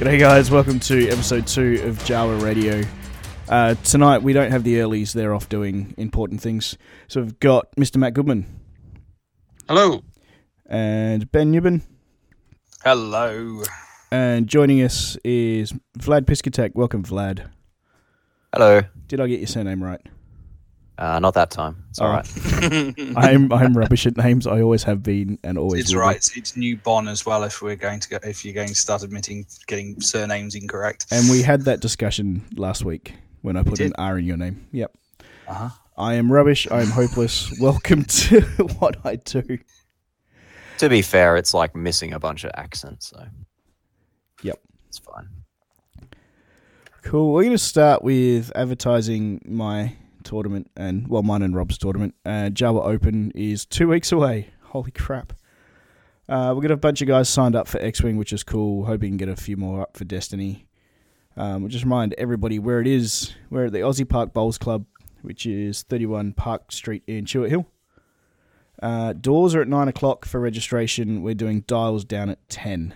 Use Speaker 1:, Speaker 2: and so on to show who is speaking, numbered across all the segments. Speaker 1: G'day, guys. Welcome to episode two of Java Radio. Uh, tonight we don't have the earlies; they're off doing important things. So we've got Mr. Matt Goodman
Speaker 2: Hello.
Speaker 1: and Ben Newman,
Speaker 2: Hello.
Speaker 1: and joining us is Vlad Piskatek. Welcome, Vlad.
Speaker 3: Hello.
Speaker 1: Did I get your surname right?
Speaker 3: Uh, not that time. It's all
Speaker 1: Oh.
Speaker 3: right.
Speaker 1: I'm I'm rubbish at names. I always have been and always
Speaker 2: It's
Speaker 1: will be.
Speaker 2: right. It's, it's new Bon as well. If we're going to go, if you're going to start admitting getting surnames incorrect.
Speaker 1: And we had that discussion last week when I put an
Speaker 2: did.
Speaker 1: R in your name. Yep.
Speaker 2: Uh-huh.
Speaker 1: I am rubbish. I am hopeless. Welcome to what I do.
Speaker 3: To be fair, it's like missing a bunch of accents, so.
Speaker 1: Yep.
Speaker 3: It's fine.
Speaker 1: Cool. We're going to start with advertising my tournament and, well, mine and Rob's tournament. Uh, Java Open is two weeks away. Holy crap. Uh, we're going to have a bunch of guys signed up for X Wing, which is cool. Hoping to get a few more up for Destiny. Um, we'll just remind everybody where it is. We're at the Aussie Park Bowls Club, which is 31 Park Street in Chewett Hill. Uh, doors are at 9 o'clock for registration. We're doing dials down at 10.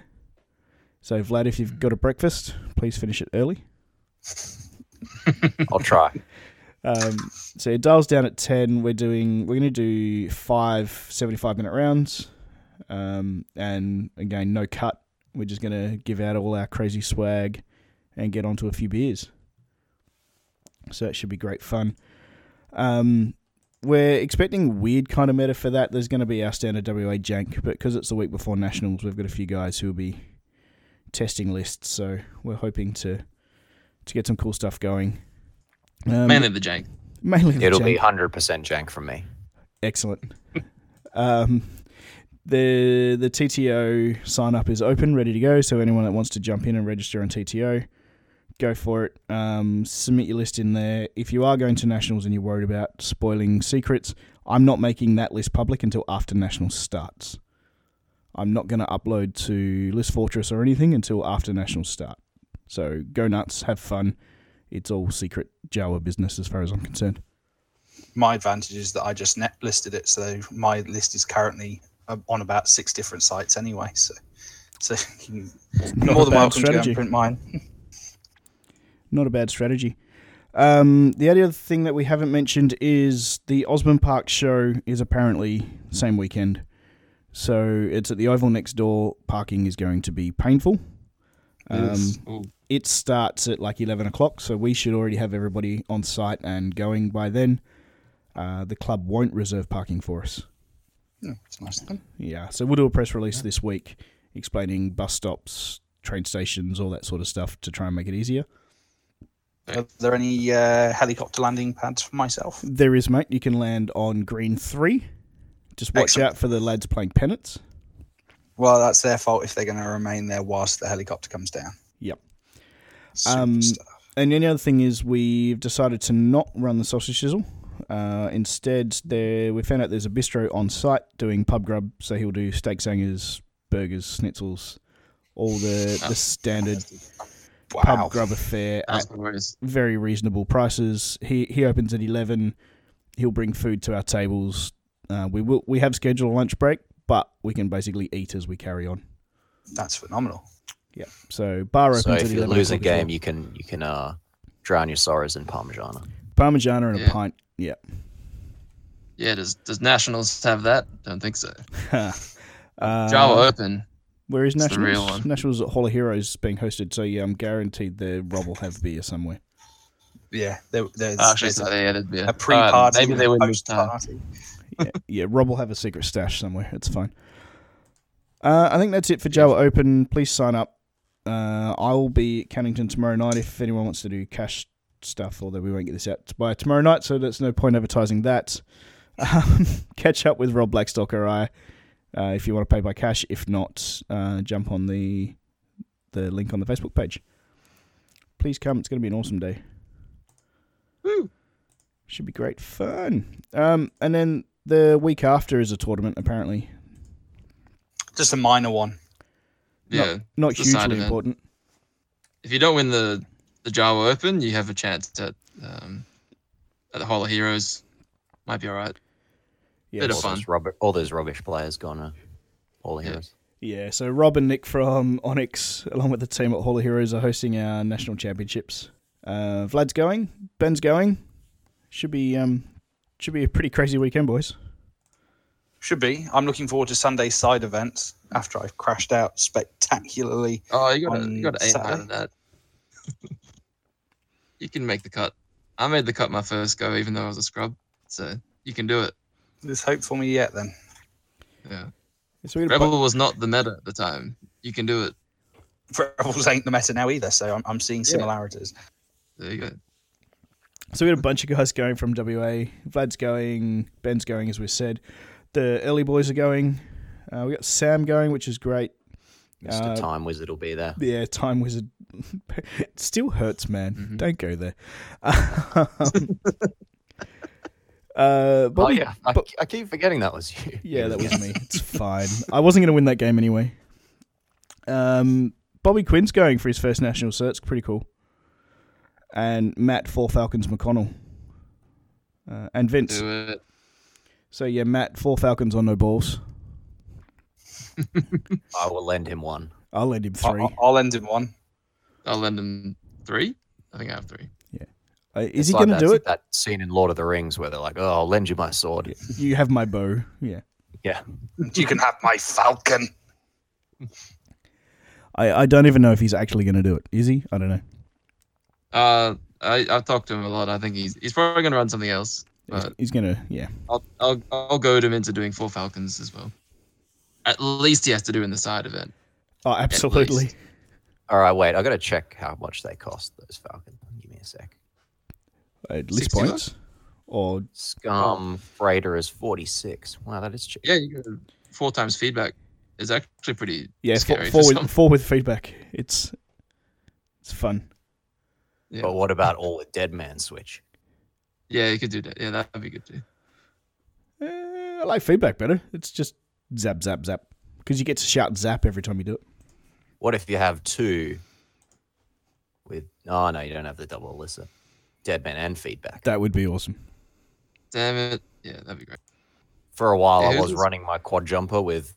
Speaker 1: So, Vlad, if you've got a breakfast, please finish it early.
Speaker 3: I'll try.
Speaker 1: Um, so it dials down at ten. We're doing we're going to do five 75 minute rounds, um, and again no cut. We're just going to give out all our crazy swag and get onto a few beers. So it should be great fun. Um, we're expecting weird kind of meta for that. There's going to be our standard WA jank, but because it's the week before nationals, we've got a few guys who will be testing lists. So we're hoping to to get some cool stuff going. Um,
Speaker 4: Mainly the jank.
Speaker 1: Mainly the
Speaker 3: It'll be
Speaker 1: jank.
Speaker 3: 100% jank from me.
Speaker 1: excellent. um, the the TTO sign up is open, ready to go. So anyone that wants to jump in and register on TTO, go for it. Um, submit your list in there. If you are going to nationals and you're worried about spoiling secrets, I'm not making that list public until after nationals starts. I'm not going to upload to List Fortress or anything until after nationals start. So go nuts, have fun. It's all secret Jawa business as far as I'm concerned.
Speaker 2: My advantage is that I just net listed it, so my list is currently uh, on about six different sites anyway. So, so you can,
Speaker 1: not
Speaker 2: you're more
Speaker 1: a
Speaker 2: than
Speaker 1: bad
Speaker 2: welcome to go
Speaker 1: strategy.
Speaker 2: and print mine.
Speaker 1: not a bad strategy. Um, the only other thing that we haven't mentioned is the Osmond Park show is apparently same weekend, so it's at the Oval next door. Parking is going to be painful. Um,
Speaker 4: Ooh.
Speaker 1: it starts at like 11 o'clock, so we should already have everybody on site and going by then. Uh, the club won't reserve parking for us.
Speaker 2: Yeah, Hmm, It's nice. of them.
Speaker 1: Yeah, so we'll do a press release this week explaining bus stops, train stations, all that sort of stuff to try and make it easier.
Speaker 2: Are there any uh, helicopter landing pads for myself?
Speaker 1: There is, mate. You can land on green three. Just watch
Speaker 2: Excellent.
Speaker 1: out for the lads playing pennants.
Speaker 2: Well, that's their fault if they're going to remain there whilst the helicopter comes down.
Speaker 1: Yep.
Speaker 2: Super
Speaker 1: Um,
Speaker 2: stuff.
Speaker 1: And the only other thing is we've decided to not run the sausage sizzle. Uh, instead, there we found out there's a bistro on site doing pub grub, so he'll do steak sangers, burgers, schnitzels, all the, the standard
Speaker 2: Wow.
Speaker 1: pub grub affaire at
Speaker 4: That's the worst.
Speaker 1: very reasonable prices. He he opens at eleven. He'll bring food to our tables. Uh, we will we have scheduled a lunch break, but we can basically eat as we carry on.
Speaker 2: That's phenomenal.
Speaker 1: Yep. So bar opens
Speaker 3: So
Speaker 1: at
Speaker 3: if you
Speaker 1: 11
Speaker 3: lose a
Speaker 1: o'clock as well.
Speaker 3: game, you can you can uh, drown your sorrows in Parmigiana.
Speaker 1: Parmigiana and a
Speaker 4: Yeah.
Speaker 1: pint. Yep.
Speaker 4: Yeah, does does Nationals have that? Don't think so.
Speaker 1: Uh,
Speaker 4: Java Open.
Speaker 1: Where is
Speaker 4: It's the
Speaker 1: Nationals?
Speaker 4: real one.
Speaker 1: Nationals at Hall of Heroes being hosted, so yeah, I'm guaranteed the Rob will have beer somewhere.
Speaker 2: Yeah, there, there's,
Speaker 4: Oh, Actually,
Speaker 2: there's
Speaker 4: so they added yeah.
Speaker 2: a pre-party.
Speaker 4: Uh, maybe
Speaker 2: and
Speaker 4: they
Speaker 2: a
Speaker 4: would uh,
Speaker 2: post-party.
Speaker 1: yeah, yeah, Rob will have a secret stash somewhere. It's fine. Uh, I think that's it for Java Open. Please sign up. Uh, I will be at Cannington tomorrow night if anyone wants to do cash stuff, although we won't get this out by tomorrow night, so that's no point advertising that. Um, catch up with Rob Blackstock or I uh, if you want to pay by cash. If not, uh, jump on the the link on the Facebook page. Please come. It's going to be an awesome day.
Speaker 4: Woo.
Speaker 1: Should be great fun. Um, and then the week after is a tournament, apparently.
Speaker 2: Just a minor one.
Speaker 4: yeah.
Speaker 1: Not
Speaker 4: It's a side
Speaker 1: hugely
Speaker 4: event.
Speaker 1: important.
Speaker 4: If you don't win the the Java Open, you have a chance at um, at the Hall of Heroes. Might be all right.
Speaker 1: Yeah,
Speaker 4: Bit
Speaker 3: All
Speaker 4: of
Speaker 1: it's-
Speaker 4: fun.
Speaker 3: those, rubber, all those rubbish players gone to all heroes.
Speaker 1: Yeah, so Rob and Nick from Onyx, along with the team at Hall of Heroes, are hosting our national championships. Uh, Vlad's going, Ben's going. Should be um, should be a pretty crazy weekend, boys.
Speaker 2: Should be. I'm looking forward to Sunday's side events after I've crashed out spectacularly.
Speaker 4: Oh, you got to
Speaker 2: On
Speaker 4: you got to aim high
Speaker 2: Saturday?
Speaker 4: on that. you can make the cut. I made the cut my first go, even though I was a scrub. So you can do it.
Speaker 2: There's hope for me yet then.
Speaker 4: Yeah.
Speaker 1: So we're gonna
Speaker 4: Rebel was not the meta at the time. You can do it.
Speaker 2: Rebels ain't the meta now either, so I'm, I'm seeing similarities.
Speaker 4: There you go.
Speaker 1: So we had a bunch of guys going from WA. Vlad's going, Ben's going, as we said. The early boys are going. Uh, we got Sam going, which is great.
Speaker 3: Mr.
Speaker 1: Uh,
Speaker 3: Time Wizard will be there.
Speaker 1: Yeah, time wizard. it still hurts, man.
Speaker 4: Mhm.
Speaker 1: Don't go there. Um, uh,
Speaker 3: Oh
Speaker 1: Bobby,
Speaker 3: yeah, I,
Speaker 1: but-
Speaker 3: I keep forgetting that was you.
Speaker 1: yeah, that was me. It's fine. I wasn't going to win that game anyway. Um, Bobby Quinn's going for his first national, so that's pretty cool. And Matt for Falcons McConnell. Uh, and Vince.
Speaker 4: Do it.
Speaker 1: So yeah, Matt, four Falcons on no balls.
Speaker 3: I will lend him one.
Speaker 1: I'll lend him
Speaker 2: I-
Speaker 1: three.
Speaker 2: I- I'll end in one.
Speaker 4: I'll lend him three. I think I have three.
Speaker 1: Uh, is
Speaker 3: It's
Speaker 1: he
Speaker 3: like
Speaker 1: going to
Speaker 3: that,
Speaker 1: do it?
Speaker 3: That scene in Lord of the Rings where they're like, "Oh, I'll lend you my sword."
Speaker 1: You have my bow. Yeah,
Speaker 2: You can have my falcon.
Speaker 1: I, I don't even know if he's actually going to do it. Is he? I don't know.
Speaker 4: Uh, I I've talked to him a lot. I think he's he's probably gonna run something else.
Speaker 1: He's,
Speaker 4: But
Speaker 1: he's going to. Yeah,
Speaker 4: I'll I'll I'll goad him into doing four Falcons as well. At least he has to do in the side event.
Speaker 1: oh, absolutely.
Speaker 4: least.
Speaker 3: All right, wait. I got to check how much they cost those Falcons. Give me a sec.
Speaker 1: At least
Speaker 4: 60
Speaker 1: points. Or
Speaker 3: Scum Freighter is forty six. Wow, that is cheap.
Speaker 4: Yeah, you go four times feedback is actually pretty
Speaker 1: yeah, four,
Speaker 4: scary.
Speaker 1: four
Speaker 4: for
Speaker 1: with
Speaker 4: some-
Speaker 1: four with feedback. It's it's fun.
Speaker 4: yeah.
Speaker 3: But what about all the Dead Man Switch?
Speaker 4: yeah, you could do that. Yeah, that'd be good too.
Speaker 1: Uh, I like feedback better. It's just zap zap zap because you get to shout zap every time you do it.
Speaker 3: What if you have two? With oh no, you don't have the double Alyssa, Dead Man and Feedback.
Speaker 1: That would be awesome.
Speaker 4: Damn it. Yeah, that'd be great.
Speaker 3: For a while,
Speaker 4: Yeah,
Speaker 3: I was
Speaker 4: who's-
Speaker 3: running my quad jumper with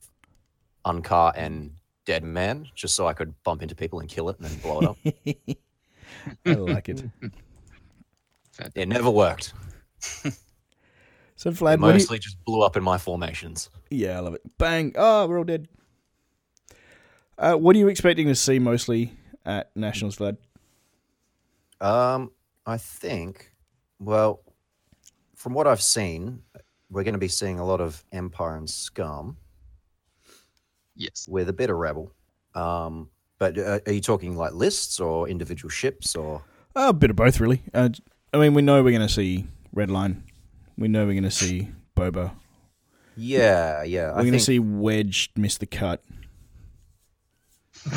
Speaker 3: Uncar and Dead Man, just so I could bump into people and kill it and then blow it up.
Speaker 1: I like it.
Speaker 3: it never worked.
Speaker 1: So
Speaker 3: It
Speaker 1: Vlad, what do you-
Speaker 3: mostly just blew up in my formations.
Speaker 1: Yeah, I love it. Bang! Oh, we're all dead. Uh, what are you expecting to see mostly at Nationals, Vlad?
Speaker 3: Um, I think, well, from what I've seen, we're going to be seeing a lot of Empire and Scum
Speaker 4: Yes.
Speaker 3: with a bit of Rebel. Um, but uh, are you talking like lists or individual ships or?
Speaker 1: Uh, a bit of both, really. Uh, I mean, we know we're going to see Red Line. We know we're going to see Boba.
Speaker 3: Yeah, yeah.
Speaker 1: We're going to see Wedge miss the cut.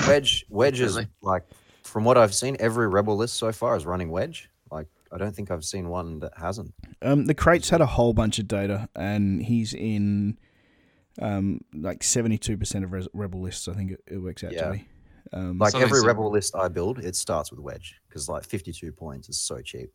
Speaker 3: Wedge Wedge is
Speaker 4: Really?
Speaker 3: like from what I've seen, every rebel list so far is running Wedge. Like I don't think I've seen one that hasn't.
Speaker 1: Um, the crates had a whole bunch of data, and he's in um, like seventy-two percent of res- Rebel lists. I think it, it works out
Speaker 3: Yeah.
Speaker 1: to be. Um,
Speaker 3: Like
Speaker 4: Something
Speaker 3: every
Speaker 4: similar.
Speaker 3: rebel list I build, it starts with Wedge because like fifty two points is so cheap.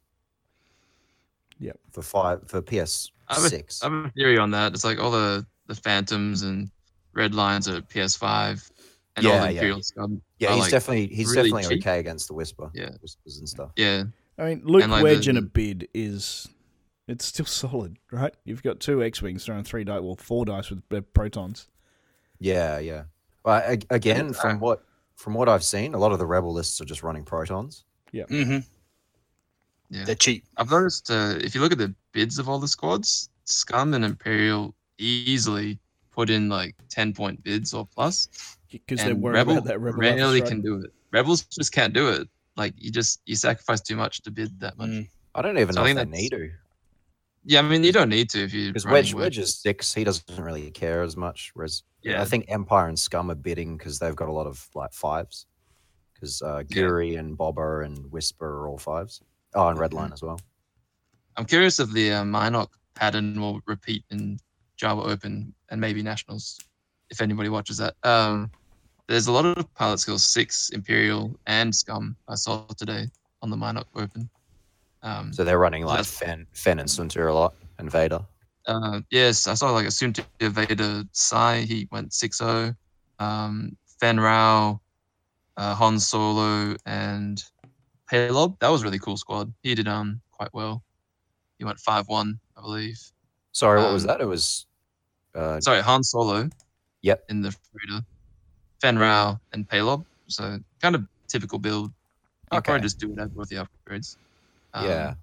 Speaker 1: Yep.
Speaker 3: For five for PS
Speaker 4: I have, a,
Speaker 3: six.
Speaker 4: I have a theory on that. It's like all the, the Phantoms and Red Lines are PS5 and all
Speaker 3: Yeah,
Speaker 4: the
Speaker 3: yeah.
Speaker 4: Imperial Scum.
Speaker 3: Yeah,
Speaker 4: are,
Speaker 3: he's
Speaker 4: like,
Speaker 3: definitely he's
Speaker 4: really
Speaker 3: definitely
Speaker 4: cheap.
Speaker 3: okay against the whisper.
Speaker 4: Yeah.
Speaker 3: Whispers and stuff.
Speaker 4: Yeah.
Speaker 1: I mean, Luke
Speaker 4: And, like,
Speaker 1: Wedge
Speaker 4: the-
Speaker 1: in a bid is it's still solid, right? You've got two X wings throwing three dice, well, four dice with uh, protons.
Speaker 3: Yeah, yeah. Well, ag- again,
Speaker 4: uh
Speaker 3: from what from what I've seen, a lot of the rebel lists are just running protons.
Speaker 2: hmm
Speaker 4: Yeah.
Speaker 2: They're cheap.
Speaker 4: I've noticed uh, if you look at the bids of all the squads, Scum and Imperial easily put in like 10 point bids or plus.
Speaker 1: Because they're
Speaker 4: and
Speaker 1: worried
Speaker 4: Rebel
Speaker 1: about that rebel.
Speaker 4: rarely
Speaker 1: Alpha
Speaker 4: can do it. Rebels just can't do it. Like you just you sacrifice too much to bid that much.
Speaker 2: Mm.
Speaker 3: I don't even
Speaker 4: So I
Speaker 3: know if
Speaker 4: think
Speaker 3: they
Speaker 4: that's-
Speaker 3: need to.
Speaker 4: Yeah, I mean you don't need to if you
Speaker 3: Because Wedge, Wedge is six. He doesn't really care as much. Whereas
Speaker 4: Yeah.
Speaker 3: I think Empire and Scum are bidding because they've got a lot of like fives. Because uh, Guri and Bobber and Whisper are all fives. Oh, and
Speaker 4: Mm-hmm.
Speaker 3: Redline as well.
Speaker 4: I'm curious if the uh, Minoc pattern will repeat in Java Open and maybe Nationals, if anybody watches that. Um, there's a lot of pilot skills six, Imperial, and Scum I saw today on the Minoc Open. Um,
Speaker 3: So they're running like
Speaker 4: that's-
Speaker 3: Fen, Fen and Suntir a lot and Vader.
Speaker 4: uh, yes, I saw like a soon to Vader Psy, he went 6 0. um, Fen Rao, uh, Han Solo, and Paylob. That was a really cool squad. He did um quite well. He went five one, I believe.
Speaker 3: Sorry, what was
Speaker 4: Um,
Speaker 3: that? It was. Uh,
Speaker 4: Sorry, Han Solo.
Speaker 3: Yep.
Speaker 4: In the Frida, Fen Rao and Paylob. So kind of typical build. You
Speaker 3: Okay.
Speaker 4: probably just do whatever with the upgrades. Um,
Speaker 3: yeah.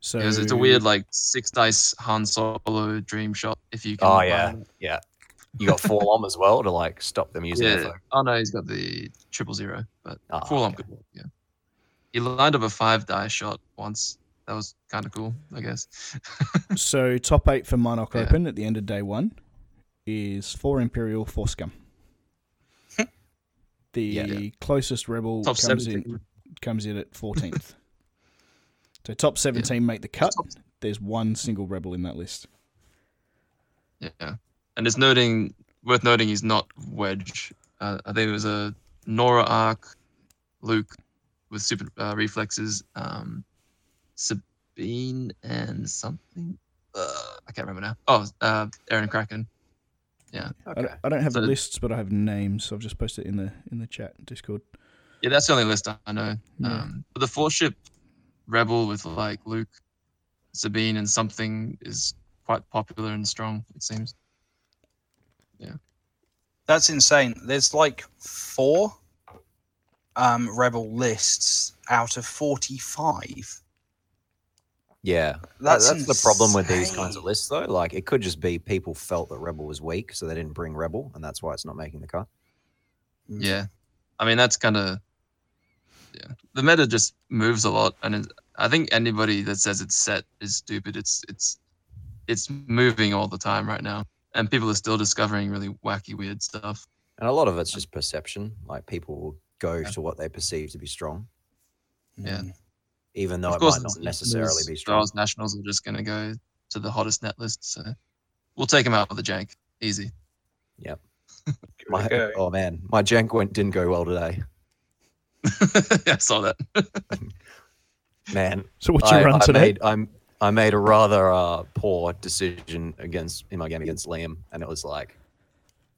Speaker 1: So
Speaker 4: it was- it's a weird like six dice Han Solo dream shot if you can.
Speaker 3: Oh
Speaker 4: buy
Speaker 3: yeah,
Speaker 4: it.
Speaker 3: yeah. You got four lom as well to like stop them using their
Speaker 4: Yeah.
Speaker 3: phone.
Speaker 4: Oh no, he's got the triple zero, but
Speaker 3: Ah,
Speaker 4: full on
Speaker 3: okay.
Speaker 4: good. Yeah. He lined up a five die shot once. That was kind of cool, I guess.
Speaker 1: So top eight for Monarch
Speaker 4: Yeah.
Speaker 1: Open at the end of day one is four Imperial, four Scum. the
Speaker 3: Yeah.
Speaker 1: closest rebel
Speaker 4: Top
Speaker 1: comes
Speaker 4: seven.
Speaker 1: in comes in at fourteenth. so top seventeen make the cut.
Speaker 4: Top-
Speaker 1: There's one single rebel in that list.
Speaker 4: Yeah. And it's noting worth noting he's not Wedge. Uh, I think it was a Nora arc, Luke with super uh, reflexes, um, Sabine and something. Uh, I can't remember now. Oh, uh, Aaron Kraken.
Speaker 1: I,
Speaker 3: Okay.
Speaker 1: don't, I don't have the
Speaker 4: So-
Speaker 1: lists, but I have names. So I've just posted it in the in the chat Discord. Mm.
Speaker 4: Yeah, that's the only list I know.
Speaker 1: Yeah.
Speaker 4: Um, but the four ship rebel with like Luke, Sabine, and something is quite popular and strong. It seems.
Speaker 2: That's insane. There's like four um, rebel lists out of 45.
Speaker 3: Yeah, that's,
Speaker 2: That's,
Speaker 3: that's the problem with these kinds of
Speaker 2: insane.
Speaker 3: lists, though. Like, it could just be people felt that Rebel was weak, so they didn't bring Rebel, and that's why it's not making the cut.
Speaker 2: Mm.
Speaker 4: Yeah, I mean that's kind of. Yeah, the meta just moves a lot, and it, I think anybody that says it's set is stupid. It's it's it's moving all the time right now, and people are still discovering really wacky, weird stuff.
Speaker 3: And a lot of it's just perception. Like, people will go
Speaker 4: Yeah.
Speaker 3: to what they perceive to be strong,
Speaker 4: Yeah.
Speaker 2: Mm.
Speaker 3: even though
Speaker 4: of
Speaker 3: it
Speaker 4: course,
Speaker 3: might not
Speaker 4: there's-
Speaker 3: necessarily
Speaker 4: there's-
Speaker 3: be
Speaker 4: Star
Speaker 3: strong.
Speaker 4: Wars Nationals are just going to go to the hottest net list, so we'll take them out with a jank, easy.
Speaker 2: Give it a
Speaker 3: My-
Speaker 2: go.
Speaker 3: oh man, my jank went didn't go well today.
Speaker 4: I saw that.
Speaker 3: Man,
Speaker 1: So what you
Speaker 3: I,
Speaker 1: run
Speaker 3: I
Speaker 1: today?
Speaker 3: made I'm I made a rather uh, poor decision against in my game against Liam, and it was like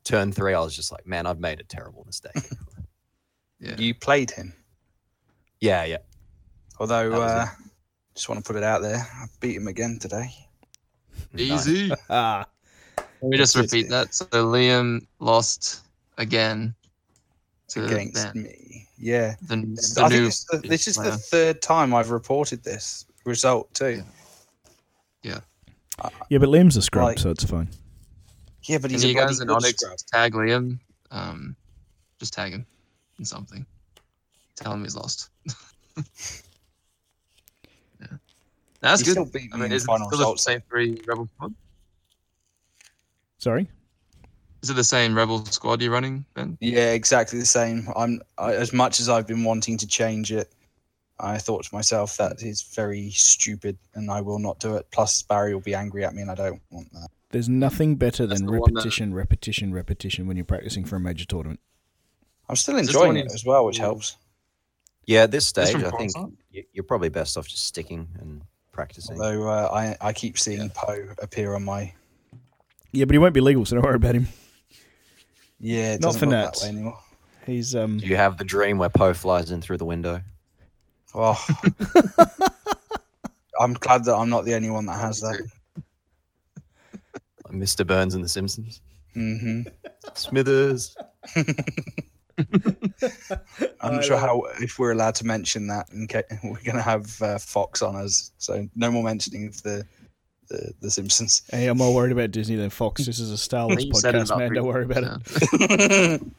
Speaker 3: turn three. I was just like, man, I've made a terrible mistake.
Speaker 4: Yeah.
Speaker 2: You played him.
Speaker 3: yeah, yeah.
Speaker 2: Although,
Speaker 3: That was
Speaker 2: uh, just want to put it out there, I beat him again today.
Speaker 3: Nice.
Speaker 4: Easy.
Speaker 1: ah,
Speaker 4: Let me just
Speaker 2: That's it.
Speaker 4: repeat that. So Liam lost again to
Speaker 2: against
Speaker 4: Ben.
Speaker 2: me. Yeah.
Speaker 4: The, the
Speaker 2: I
Speaker 4: new
Speaker 2: think it's the, this is the
Speaker 4: player.
Speaker 2: third time I've reported this result, too.
Speaker 1: yeah, but Liam's a scrub,
Speaker 2: Like-
Speaker 1: so it's fine.
Speaker 2: Yeah, but
Speaker 4: And
Speaker 2: he's
Speaker 4: you
Speaker 2: a bloody
Speaker 4: guys in
Speaker 2: good
Speaker 4: Onyx
Speaker 2: scrub.
Speaker 4: tag Liam. Um, just tag him in something. Tell him he's lost. yeah. That's
Speaker 2: He
Speaker 4: good.
Speaker 2: still beat
Speaker 4: I
Speaker 2: me
Speaker 4: mean,
Speaker 2: in
Speaker 4: is it
Speaker 2: final
Speaker 4: still the
Speaker 2: results.
Speaker 4: same three rebel squad?
Speaker 1: Sorry.
Speaker 4: Is it the same rebel squad you're running, Ben?
Speaker 2: Yeah, exactly the same. I'm I, as much as I've been wanting to change it. I thought to myself that is very stupid, and I will not do it. Plus, Barry will be angry at me, and I don't want that.
Speaker 1: There's nothing better
Speaker 4: That's
Speaker 1: than
Speaker 4: the one that-
Speaker 1: repetition, repetition, repetition when you're practicing for a major tournament.
Speaker 2: I'm still
Speaker 4: Is this the one
Speaker 2: enjoying it
Speaker 4: he's-
Speaker 2: as well, which
Speaker 4: Yeah.
Speaker 2: helps.
Speaker 3: Yeah, at this
Speaker 4: This
Speaker 3: stage,
Speaker 4: from
Speaker 3: I think
Speaker 4: Coruscant?
Speaker 3: y- you're probably best off just sticking and practicing.
Speaker 2: Although uh, I I keep seeing Poe appear on my
Speaker 1: Yeah, but he won't be legal, so don't worry about him.
Speaker 2: yeah. It
Speaker 1: Not
Speaker 2: doesn't
Speaker 1: for
Speaker 2: work
Speaker 1: Nats.
Speaker 2: that way anymore.
Speaker 1: He's um.
Speaker 3: Do you have the dream where Poe flies in through the window?
Speaker 2: Oh. I'm glad that I'm not the only one that has that.
Speaker 3: Like Mr. Burns and The Simpsons?
Speaker 2: hmm
Speaker 3: Smithers.
Speaker 2: I'm
Speaker 1: I
Speaker 2: not sure
Speaker 1: love
Speaker 2: how if we're allowed to mention that. In case, we're going to have uh, Fox on us, so no more mentioning of the the, the Simpsons.
Speaker 1: Hey, I'm more worried about Disney than Fox. This is a Star Wars
Speaker 4: You said it
Speaker 1: podcast,
Speaker 4: about
Speaker 1: man.
Speaker 4: three
Speaker 1: Don't worry about it.
Speaker 4: times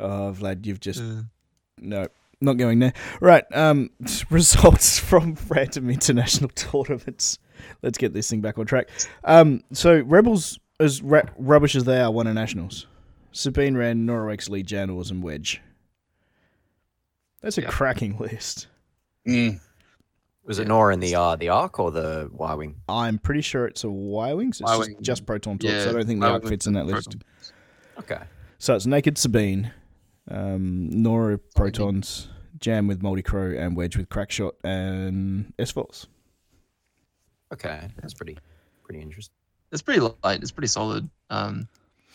Speaker 1: Oh, Vlad, you've just
Speaker 4: now.
Speaker 1: no, not going there. Right. Um, results from random international tournaments. Let's get this thing back on track. Um, so rebels as ra- rubbish as they are, won at nationals. Sabine ran Nora Exley, Jan Ors, and Wedge. That's a
Speaker 4: Yeah.
Speaker 1: cracking list.
Speaker 2: Mm.
Speaker 3: Was
Speaker 4: Yeah.
Speaker 3: it Nora in the uh, the Ark or the Y Wing?
Speaker 1: I'm pretty sure it's a Y wings. It's just,
Speaker 4: Y-wing.
Speaker 1: just proton torch.
Speaker 4: Yeah,
Speaker 1: so I don't think the
Speaker 4: Y-wing
Speaker 1: arc fits in that
Speaker 4: Proton.
Speaker 1: list.
Speaker 3: Okay.
Speaker 1: So it's naked Sabine, um, Nora protons, Jam with Moldy Crow, and Wedge with Crackshot and S Force.
Speaker 3: Okay. That's pretty pretty interesting.
Speaker 4: It's pretty light. It's pretty solid. Um,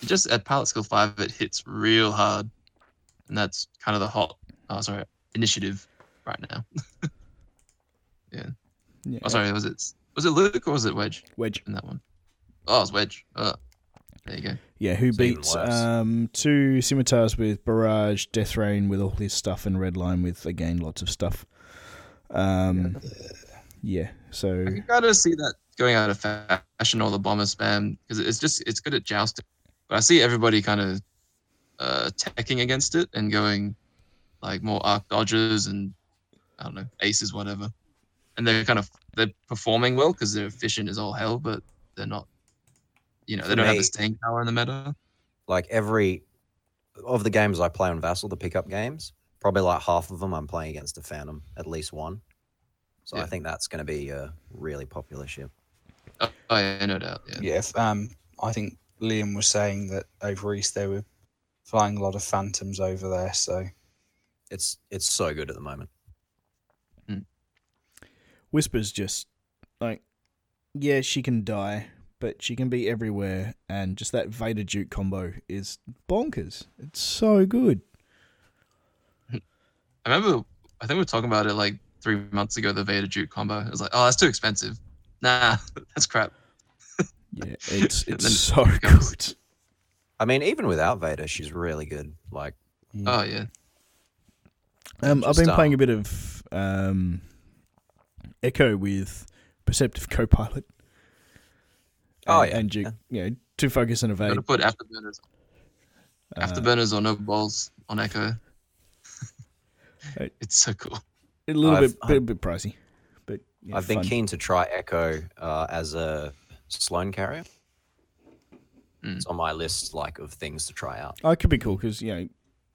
Speaker 4: just at pilot skill five, it hits real hard, and that's kind of the hot. Oh, sorry, initiative right now.
Speaker 1: Yeah.
Speaker 4: Oh, sorry, was it was it Luke or was it Wedge
Speaker 1: Wedge.
Speaker 4: in that one? Oh, it's Wedge. Uh, there you go.
Speaker 1: Yeah, who
Speaker 3: It's even
Speaker 1: beats
Speaker 3: worse.
Speaker 1: um, two scimitars with barrage, death rain with all his stuff, and red line with again lots of stuff. Um, yeah. So
Speaker 4: I can kind of see that going out of fashion or the bomber spam because it's just it's good at jousting. But I see everybody kind of uh, teching against it and going like more arc dodgers and I don't know aces whatever, and they're kind of they're performing well because they're efficient as all hell, but they're not. You know they
Speaker 3: For
Speaker 4: don't have
Speaker 3: me-
Speaker 4: the staying power in the meta.
Speaker 3: Like every of the games I play on Vassal, the pickup games, probably like half of them I'm playing against a Phantom, at least one. So I
Speaker 4: Yeah.
Speaker 3: think that's going to be a really popular ship.
Speaker 4: Oh, oh yeah, no doubt. Yeah.
Speaker 2: Yeah, if, um, I think Liam was saying that over east they were flying a lot of phantoms over there. So
Speaker 3: It's it's so good at the moment.
Speaker 1: Whisper's just like, yeah, she can die, but she can be everywhere, and just that Vader Duke combo is bonkers. It's so good.
Speaker 4: I remember, I think we were talking about it like three months ago, the Vader Duke combo. It was like, oh, that's too expensive. Nah, that's crap.
Speaker 1: Yeah, it's
Speaker 4: And
Speaker 1: it's
Speaker 4: then
Speaker 1: so
Speaker 4: it goes.
Speaker 1: good.
Speaker 3: I mean, even without Vader, she's really good. Like
Speaker 4: Oh, yeah.
Speaker 1: Um, I've
Speaker 3: Just,
Speaker 1: been
Speaker 3: uh,
Speaker 1: playing a bit of um, Echo with Perceptive Copilot.
Speaker 3: Oh,
Speaker 1: And-
Speaker 3: yeah,
Speaker 1: and Duke,
Speaker 3: yeah.
Speaker 1: you know, to focus and evade.
Speaker 4: Gotta put afterburners, afterburners or no balls on Echo.
Speaker 1: Hey.
Speaker 4: it's so cool.
Speaker 1: A little
Speaker 3: I've-
Speaker 1: bit, bit, bit pricey, but yeah,
Speaker 3: I've been
Speaker 1: fun.
Speaker 3: keen to try Echo uh, as a Sloan carrier.
Speaker 4: Mm.
Speaker 3: It's on my list, like of things to try out.
Speaker 1: Oh, it could be cool because you know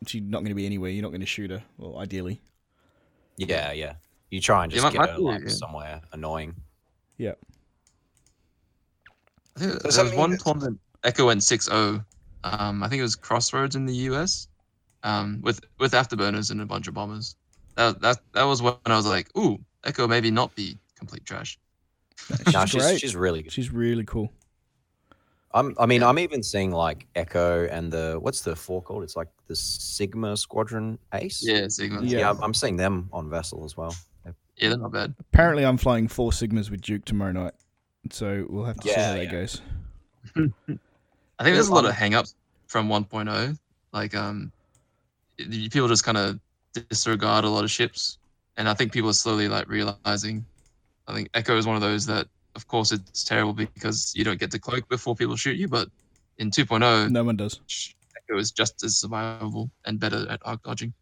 Speaker 1: she's not going to be anywhere. You're not going to shoot her. Well, ideally,
Speaker 3: Yeah, yeah. You try and
Speaker 4: Yeah,
Speaker 3: just
Speaker 4: my-
Speaker 3: get
Speaker 4: my
Speaker 3: her
Speaker 4: theory,
Speaker 3: like,
Speaker 4: yeah.
Speaker 3: somewhere annoying.
Speaker 1: yeah.
Speaker 4: I think
Speaker 2: Does that
Speaker 4: there was
Speaker 2: mean
Speaker 4: one
Speaker 2: that-
Speaker 4: tournament Echo went 6-0. Um, I think it was Crossroads in the US, um, with with afterburners and a bunch of bombers. That that that was when I was like, ooh, Echo maybe not be complete trash.
Speaker 1: She's
Speaker 3: no, she's
Speaker 1: great.
Speaker 3: she's really good.
Speaker 1: She's really cool.
Speaker 3: I'm, I mean, I'm even seeing like Echo and the what's the four called? It's like the Sigma Squadron Ace.
Speaker 4: Yeah, Sigma.
Speaker 1: Yeah.
Speaker 4: Yeah,
Speaker 3: yeah I'm, I'm seeing them on Vessel as well.
Speaker 4: they're not bad.
Speaker 1: Apparently, I'm flying four Sigmas with Duke tomorrow night, so we'll have to see
Speaker 3: Yeah,
Speaker 1: how that
Speaker 3: yeah.
Speaker 1: goes.
Speaker 4: I think there's a lot
Speaker 1: Um,
Speaker 4: of hang-ups from 1.0. Like, um, y- people just kind of disregard a lot of ships, and I think people are slowly like realizing. I think Echo is one of those that, of course, it's terrible because you don't get to cloak before people shoot you, but in 2.0,
Speaker 1: No one does.
Speaker 4: sh- Echo is just as survivable and better at arc dodging.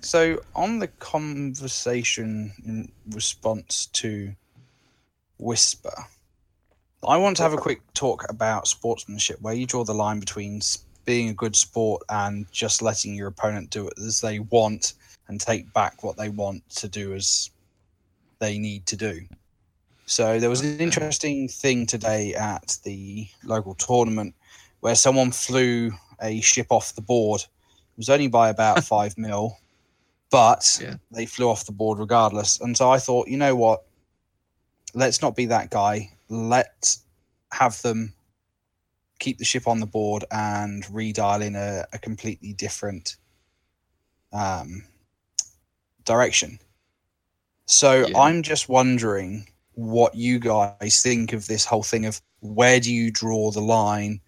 Speaker 2: So, on the conversation in response to Whisper, I want to have a quick talk about sportsmanship, where you draw the line between s- being a good sport and just letting your opponent do it as they want and take back what they want to do as they need to do. So, there was an interesting thing today at the local tournament where someone flew a ship off the board. It was only by about five mil, but
Speaker 4: Yeah.
Speaker 2: they flew off the board regardless. And so I thought, you know what? Let's not be that guy. Let's have them keep the ship on the board and redial in a, a completely different um, direction. So
Speaker 4: Yeah.
Speaker 2: I'm just wondering what you guys think of this whole thing of where do you draw the line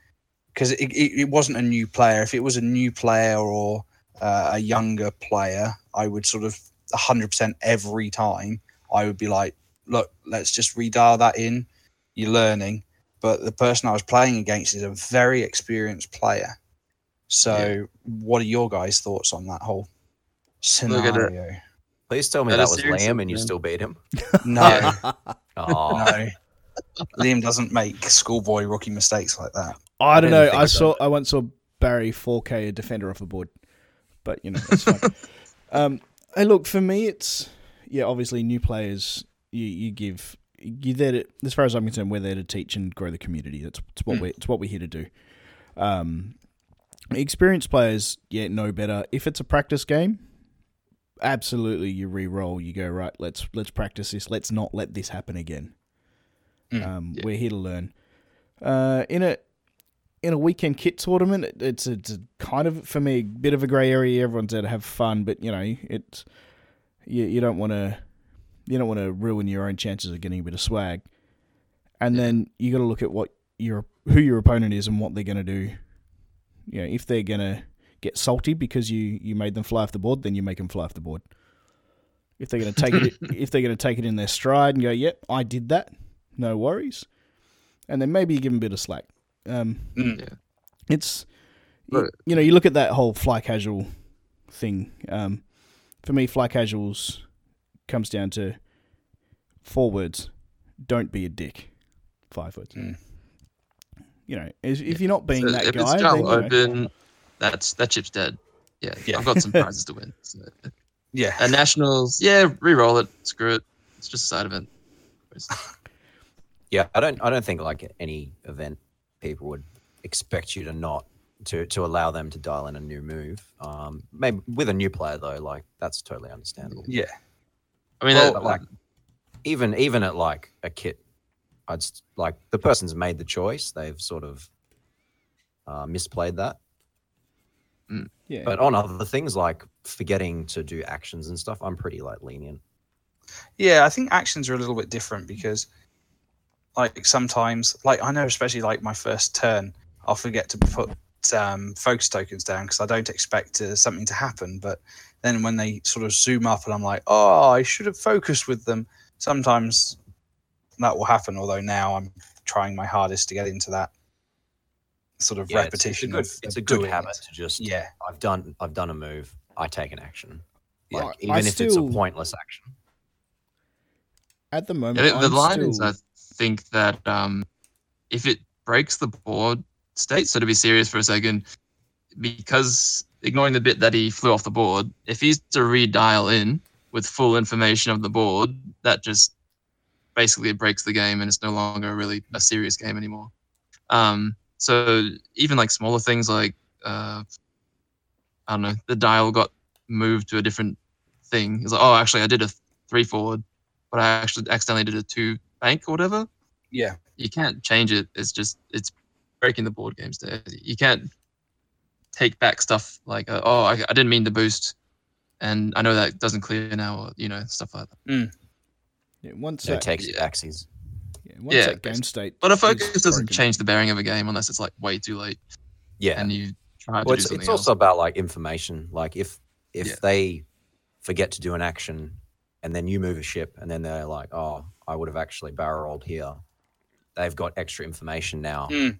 Speaker 2: because it, it, it wasn't a new player. If it was a new player or uh, a younger player, I would sort of 100% every time, I would be like, look, let's just redial that in. You're learning. But the person I was playing against is a very experienced player. So, what are your guys' thoughts on that whole
Speaker 4: at it.
Speaker 2: scenario?
Speaker 3: Please tell me
Speaker 4: That
Speaker 3: that,
Speaker 4: is
Speaker 3: was
Speaker 4: seriously
Speaker 3: Liam and you
Speaker 4: good.
Speaker 3: still beat him.
Speaker 2: No,
Speaker 3: Oh,
Speaker 2: no. Liam doesn't make schoolboy rookie mistakes like that.
Speaker 1: I, don't
Speaker 3: didn't
Speaker 1: know.
Speaker 3: think
Speaker 1: I
Speaker 3: of
Speaker 1: saw. I once saw Barry 4K a defender off the board, but you know that's fine. um, hey, look for me, it's yeah. Obviously, new players, you you give you there. To, as far as I'm concerned, we're there to teach and grow the community. That's it's what we it's what we're here to do. Um, experienced players, yeah, know better. If it's a practice game, absolutely, you re-roll. You go right. Let's let's practice this. Let's not let this happen again.
Speaker 2: Mm,
Speaker 1: um,
Speaker 4: yeah.
Speaker 1: We're here to learn. Uh, in a in a weekend kit tournament, it- it's it's a kind of for me a bit of a grey area. Everyone's there to have fun, but you know it's you you don't want to you don't want to ruin your own chances of getting a bit of swag. And then you got to look at what your who your opponent is and what they're going to do. You know, if they're going to get salty because you you made them fly off the board, then you make them fly off the board. If they're going to take it, if they're going to take it in their stride and go, "Yep, I did that," no worries. And then maybe you give them a bit of slack. Um,
Speaker 2: Mm.
Speaker 4: Yeah.
Speaker 1: It's you,
Speaker 4: Right.
Speaker 1: you know you look at that whole fly casual thing. Um, for me, fly casuals comes down to four words: don't be a dick. Five words.
Speaker 2: Mm.
Speaker 1: You know, if, if you're not being
Speaker 4: So
Speaker 1: that
Speaker 4: if
Speaker 1: guy,
Speaker 4: it's
Speaker 1: then, you
Speaker 4: Java
Speaker 1: know,
Speaker 4: Open, that's that chip's dead. Yeah,
Speaker 2: Yeah.
Speaker 4: I've got some prizes to win. So.
Speaker 2: Yeah.
Speaker 4: And nationals, yeah, re-roll it. Screw it. It's just a side event.
Speaker 3: Yeah, I don't. I don't think like any event people would expect you to not to to allow them to dial in a new move. Um, maybe with a new player though, like that's totally understandable.
Speaker 2: yeah.
Speaker 4: I mean,
Speaker 2: Well,
Speaker 4: that,
Speaker 3: But like, even even at like a kit, I'd s- like the person's made the choice. They've sort of uh, misplayed that.
Speaker 1: yeah.
Speaker 3: But on other things like forgetting to do actions and stuff, I'm pretty like lenient.
Speaker 2: Yeah, I think actions are a little bit different because, like, sometimes, like, I know, especially like my first turn, I'll forget to put um, focus tokens down because I don't expect uh, something to happen. But then when they sort of zoom up and I'm like, oh, I should have focused with them, sometimes that will happen. Although now I'm trying my hardest to get into that sort of
Speaker 3: Yeah, it's-
Speaker 2: repetition.
Speaker 3: It's,
Speaker 2: of-
Speaker 3: a good, it's
Speaker 2: of
Speaker 3: a good
Speaker 2: doing
Speaker 3: habit
Speaker 2: it.
Speaker 3: to just.
Speaker 2: Yeah.
Speaker 3: I've done. I've done a move. I take an action.
Speaker 1: Yeah.
Speaker 3: Like,
Speaker 1: I-
Speaker 3: even
Speaker 1: I
Speaker 3: if it's a
Speaker 1: still-
Speaker 3: pointless action.
Speaker 1: at the moment,
Speaker 4: I think the
Speaker 1: I'm
Speaker 4: line
Speaker 1: still,
Speaker 4: is, I think that um, if it breaks the board state, so to be serious for a second, because ignoring the bit that he flew off the board, if he's to redial in with full information of the board, that just basically breaks the game and it's no longer really a serious game anymore. Um, so even like smaller things like uh, I don't know, the dial got moved to a different thing. It's like, oh, actually, I did a three forward, but I actually accidentally did a two bank or whatever.
Speaker 2: Yeah.
Speaker 4: You can't change it. It's just it's breaking the board games. There, you can't take back stuff like, uh, oh, I, I didn't mean to boost, and I know that doesn't clear now, or you know, stuff like that.
Speaker 1: yeah, once
Speaker 3: No
Speaker 1: that,
Speaker 3: takes
Speaker 4: yeah.
Speaker 3: axes.
Speaker 1: yeah, once
Speaker 4: yeah,
Speaker 1: that game
Speaker 4: basically.
Speaker 1: state.
Speaker 4: But a
Speaker 1: is
Speaker 4: focus doesn't
Speaker 1: broken.
Speaker 4: change the bearing of a game unless it's like way too late
Speaker 3: Yeah.
Speaker 4: and you
Speaker 3: well,
Speaker 4: try to do
Speaker 3: it's,
Speaker 4: something
Speaker 3: it's
Speaker 4: else.
Speaker 3: also about like information. Like if if
Speaker 4: Yeah.
Speaker 3: they forget to do an action, and then you move a ship, and then they're like, "Oh, I would have actually barrel rolled here." They've got extra information now.
Speaker 2: Mm.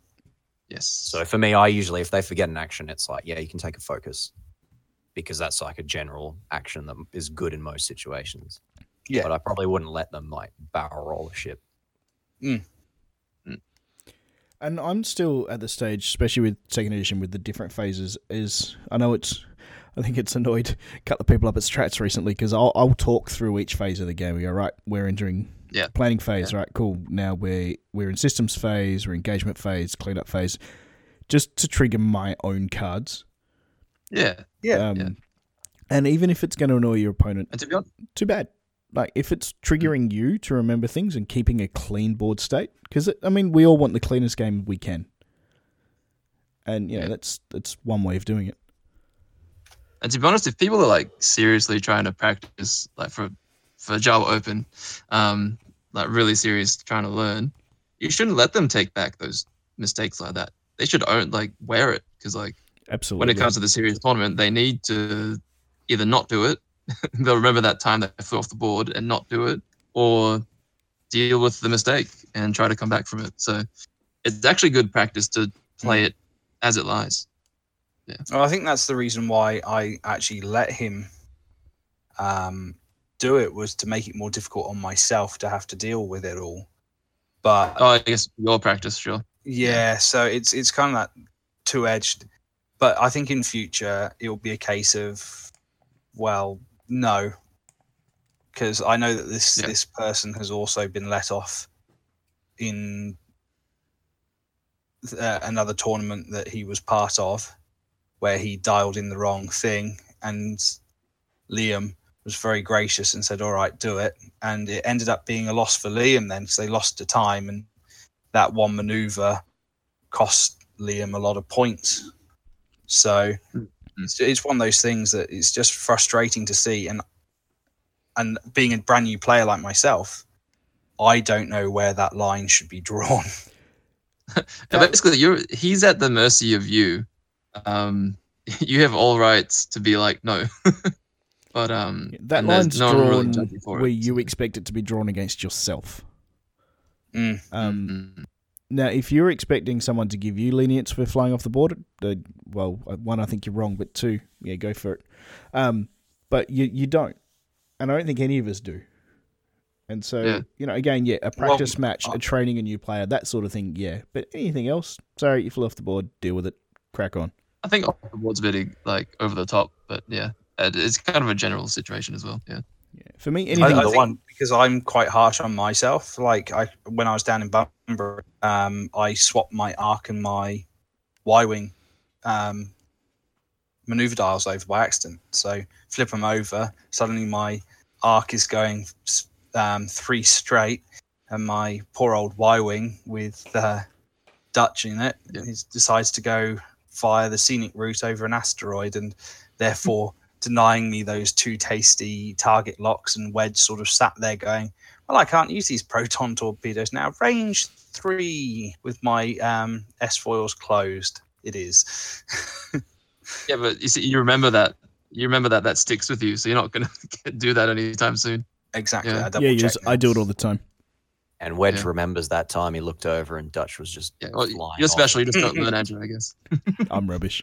Speaker 4: yes.
Speaker 3: So for me, I usually if they forget an action, it's like, yeah, you can take a focus because that's like a general action that is good in most situations.
Speaker 2: Yeah.
Speaker 3: But I probably wouldn't let them like barrel roll a ship.
Speaker 1: and I'm still at the stage, especially with second edition, with the different phases. Is I know it's, I think it's annoyed a couple of people up at Strats recently because I'll, I'll talk through each phase of the game. We go right, we're entering
Speaker 4: Yeah.
Speaker 1: planning phase, right? Cool. Now we're we're in systems phase, we're engagement phase, cleanup phase, just to trigger my own cards.
Speaker 4: yeah,
Speaker 2: Yeah.
Speaker 1: Um,
Speaker 4: Yeah.
Speaker 1: And even if it's going to annoy your opponent,
Speaker 4: and to be honest,
Speaker 1: too bad. Like if it's triggering you to remember things and keeping a clean board state, because I mean we all want the cleanest game we can, and you know
Speaker 4: Yeah.
Speaker 1: that's that's one way of doing it.
Speaker 4: And to be honest, if people are like seriously trying to practice, like for for Java Open, um, like really serious trying to learn, you shouldn't let them take back those mistakes like that. They should own like wear it because like
Speaker 1: Absolutely.
Speaker 4: when it comes to the serious tournament, they need to either not do it, they'll remember that time they flew off the board and not do it, or deal with the mistake and try to come back from it. So it's actually good practice to play it as it lies.
Speaker 2: Well, I think that's the reason why I actually let him um, do it was to make it more difficult on myself to have to deal with it all. But
Speaker 4: Oh, I guess your practice, sure.
Speaker 2: yeah, so it's it's kind of that two edged. But I think in future it'll be a case of, well, no, because I know that this
Speaker 4: Yeah.
Speaker 2: this person has also been let off in uh, another tournament that he was part of, where he dialed in the wrong thing, and Liam was very gracious and said, "All right, do it." And it ended up being a loss for Liam then, because they lost to time and that one maneuver cost Liam a lot of points. So it's, it's one of those things that it's just frustrating to see. And and being a brand new player like myself, I don't know where that line should be drawn.
Speaker 4: Yeah, basically, you're he's at the mercy of you. Um, you have all rights to be like no, but um,
Speaker 1: That
Speaker 4: and there's
Speaker 1: line's
Speaker 4: no one really
Speaker 1: drawn
Speaker 4: judging for
Speaker 1: where
Speaker 4: it.
Speaker 1: you expect it to be drawn against yourself.
Speaker 2: Mm.
Speaker 1: Um,
Speaker 4: Mm.
Speaker 1: Now, if you're expecting someone to give you lenience for flying off the board, uh, well, uh, one, I think you're wrong, but two, yeah, go for it. Um, but you you don't, and I don't think any of us do. And so,
Speaker 4: Yeah.
Speaker 1: you know, again, yeah, a
Speaker 2: Well,
Speaker 1: practice match,
Speaker 2: I-
Speaker 1: a training a new player, that sort of thing, yeah. But anything else, sorry, you flew off the board, deal with it, crack on.
Speaker 4: I think off the board's a bit like over the top, but yeah, it- it's kind of a general situation as well. Yeah,
Speaker 1: Yeah. For me,
Speaker 2: I,
Speaker 1: anything.
Speaker 2: I
Speaker 3: the
Speaker 2: think
Speaker 3: one-
Speaker 2: because I'm quite harsh on myself. Like I, when I was down in Bunbury, um, I swapped my arc and my Y wing um, maneuver dials over by accident. So flip them over. Suddenly my arc is going um, three straight, and my poor old Y wing with uh, Dutch in it
Speaker 4: Yeah.
Speaker 2: is, decides to go via the scenic route over an asteroid, and therefore denying me those two tasty target locks and wedge sort of sat there going well i can't use these proton torpedoes now range three with my um, s foils closed it is
Speaker 4: yeah, but you see, you remember that. You remember that that sticks with you, so you're not gonna do that anytime soon.
Speaker 2: exactly
Speaker 4: Yeah.
Speaker 2: I double
Speaker 1: yeah, yes,
Speaker 2: checked
Speaker 1: I do it
Speaker 2: that.
Speaker 1: all the time.
Speaker 3: And Wedge
Speaker 4: Yeah.
Speaker 3: remembers that time he looked over and Dutch was just
Speaker 4: Yeah, well,
Speaker 3: flying.
Speaker 4: you're
Speaker 3: off.
Speaker 4: special. You just don't learn Andrew, I guess.
Speaker 1: I'm rubbish.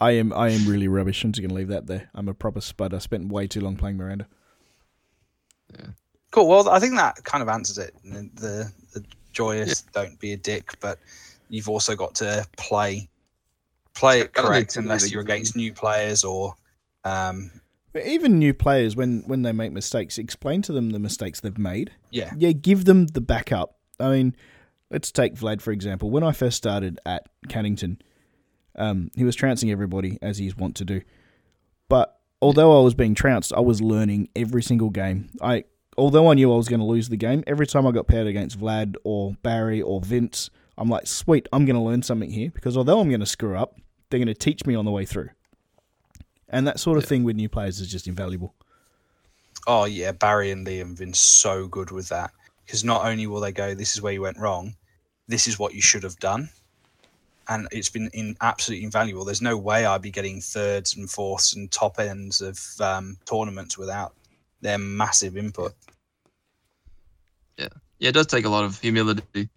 Speaker 1: I am I am really rubbish. I'm just gonna leave that there. I'm a proper spud. I spent way too long playing Miranda.
Speaker 2: cool well i think that kind of answers it the, the, the joyous don't be a dick but you've also got to play play it
Speaker 4: Gotta be
Speaker 2: correct
Speaker 4: too
Speaker 2: unless
Speaker 4: big.
Speaker 2: you're against new players or um,
Speaker 1: But even new players, when when they make mistakes, explain to them the mistakes they've made.
Speaker 2: yeah
Speaker 1: Yeah, give them the backup. I mean, let's take Vlad for example. When I first started at Cannington, um, he was trouncing everybody as he's wont to do. But although I was being trounced, I was learning every single game. I although I knew I was going to lose the game, every time I got paired against Vlad or Barry or Vince, I'm like, sweet, I'm going to learn something here because although I'm going to screw up, they're going to teach me on the way through. And that sort of thing with new players is just invaluable.
Speaker 2: Oh yeah, Barry and Liam have been so good with that because not only will they go, "This is where you went wrong," this is what you should have done, and it's been in absolutely invaluable. There's no way I'd be getting thirds and fourths and top ends of um, tournaments without their massive input.
Speaker 4: yeah, it does take a lot of humility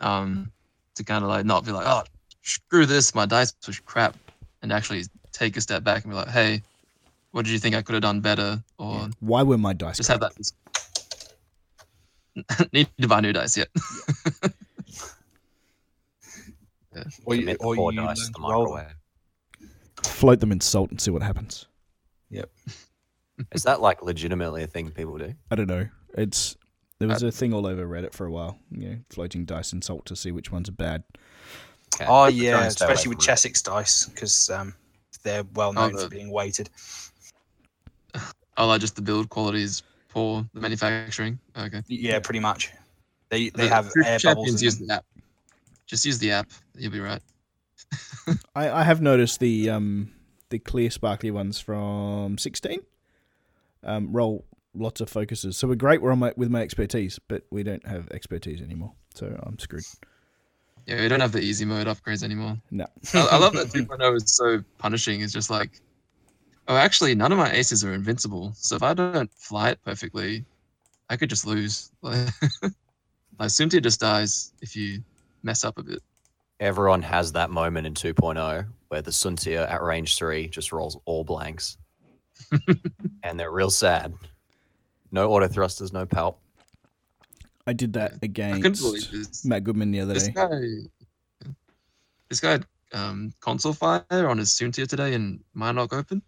Speaker 4: um, to kind of like not be like, oh, screw this, my dice was crap, and actually take a step back and be like, hey, what did you think I could have done better? Or
Speaker 1: Why were my dice?
Speaker 4: just have that. Need to buy new dice yet.
Speaker 2: Or you,
Speaker 3: Commit the
Speaker 2: or
Speaker 3: poor
Speaker 2: you
Speaker 3: dice
Speaker 2: learn
Speaker 3: to the
Speaker 2: to roll them.
Speaker 3: microwave.
Speaker 1: Float them in salt and see what happens.
Speaker 3: Is that like legitimately a thing people do?
Speaker 1: I don't know. It's there was
Speaker 4: Uh,
Speaker 1: a thing all over Reddit for a while. You know, floating dice and salt to see which ones are bad.
Speaker 3: Okay.
Speaker 2: Oh
Speaker 3: I'm
Speaker 2: yeah,
Speaker 3: trying to stay away
Speaker 2: especially with
Speaker 3: from it.
Speaker 2: Chessex dice because um, they're well
Speaker 4: Oh,
Speaker 2: known
Speaker 4: the-
Speaker 2: for being weighted.
Speaker 4: Oh, like just the build quality is poor, the manufacturing. Okay.
Speaker 2: Yeah, pretty much. They they
Speaker 4: The
Speaker 2: have
Speaker 4: Truth
Speaker 2: air
Speaker 4: Champions
Speaker 2: bubbles. In
Speaker 4: Use
Speaker 2: them.
Speaker 4: the app. Just use the app. You'll be right.
Speaker 1: I, I have noticed the um the clear sparkly ones from sixteen. Um, roll lots of focuses. So we're great. We're on my, with my expertise, but we don't have expertise anymore. So I'm screwed.
Speaker 4: Yeah, we don't have the easy mode upgrades anymore.
Speaker 1: No.
Speaker 4: I, I love that 3.0 is so punishing. It's just like, oh, actually, none of my aces are invincible. So if I don't fly it perfectly, I could just lose. Like, like Sumtia just dies if you mess up a bit.
Speaker 3: Everyone has that moment in 2.0 where the Suntia at range three just rolls all blanks, and they're real sad. No auto thrusters, no palp.
Speaker 1: I did that
Speaker 4: I couldn't believe
Speaker 1: against
Speaker 4: this.
Speaker 1: Matt Goodman the other
Speaker 4: This
Speaker 1: day.
Speaker 4: guy, this guy had um, console fire on his Sumtia today in Minok Open,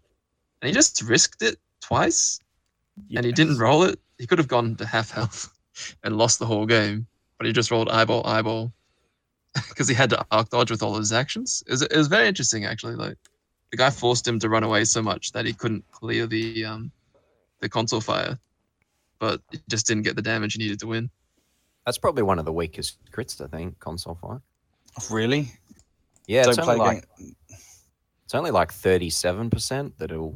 Speaker 4: and he just risked it twice. and he
Speaker 1: Yeah.
Speaker 4: didn't roll it. He could have gone to half health and lost the whole game, but he just rolled eyeball eyeball because he had to arc dodge with all his actions. It was, it was very interesting actually. Like the guy forced him to run away so much that he couldn't clear the um the console fire, but he just didn't get the damage he needed to win.
Speaker 3: That's probably one of the weakest crits, I think, console fight.
Speaker 2: Really?
Speaker 3: Yeah, it's
Speaker 2: Don't
Speaker 3: only,
Speaker 2: play
Speaker 3: like,
Speaker 2: again-
Speaker 3: it's only like 37% that it'll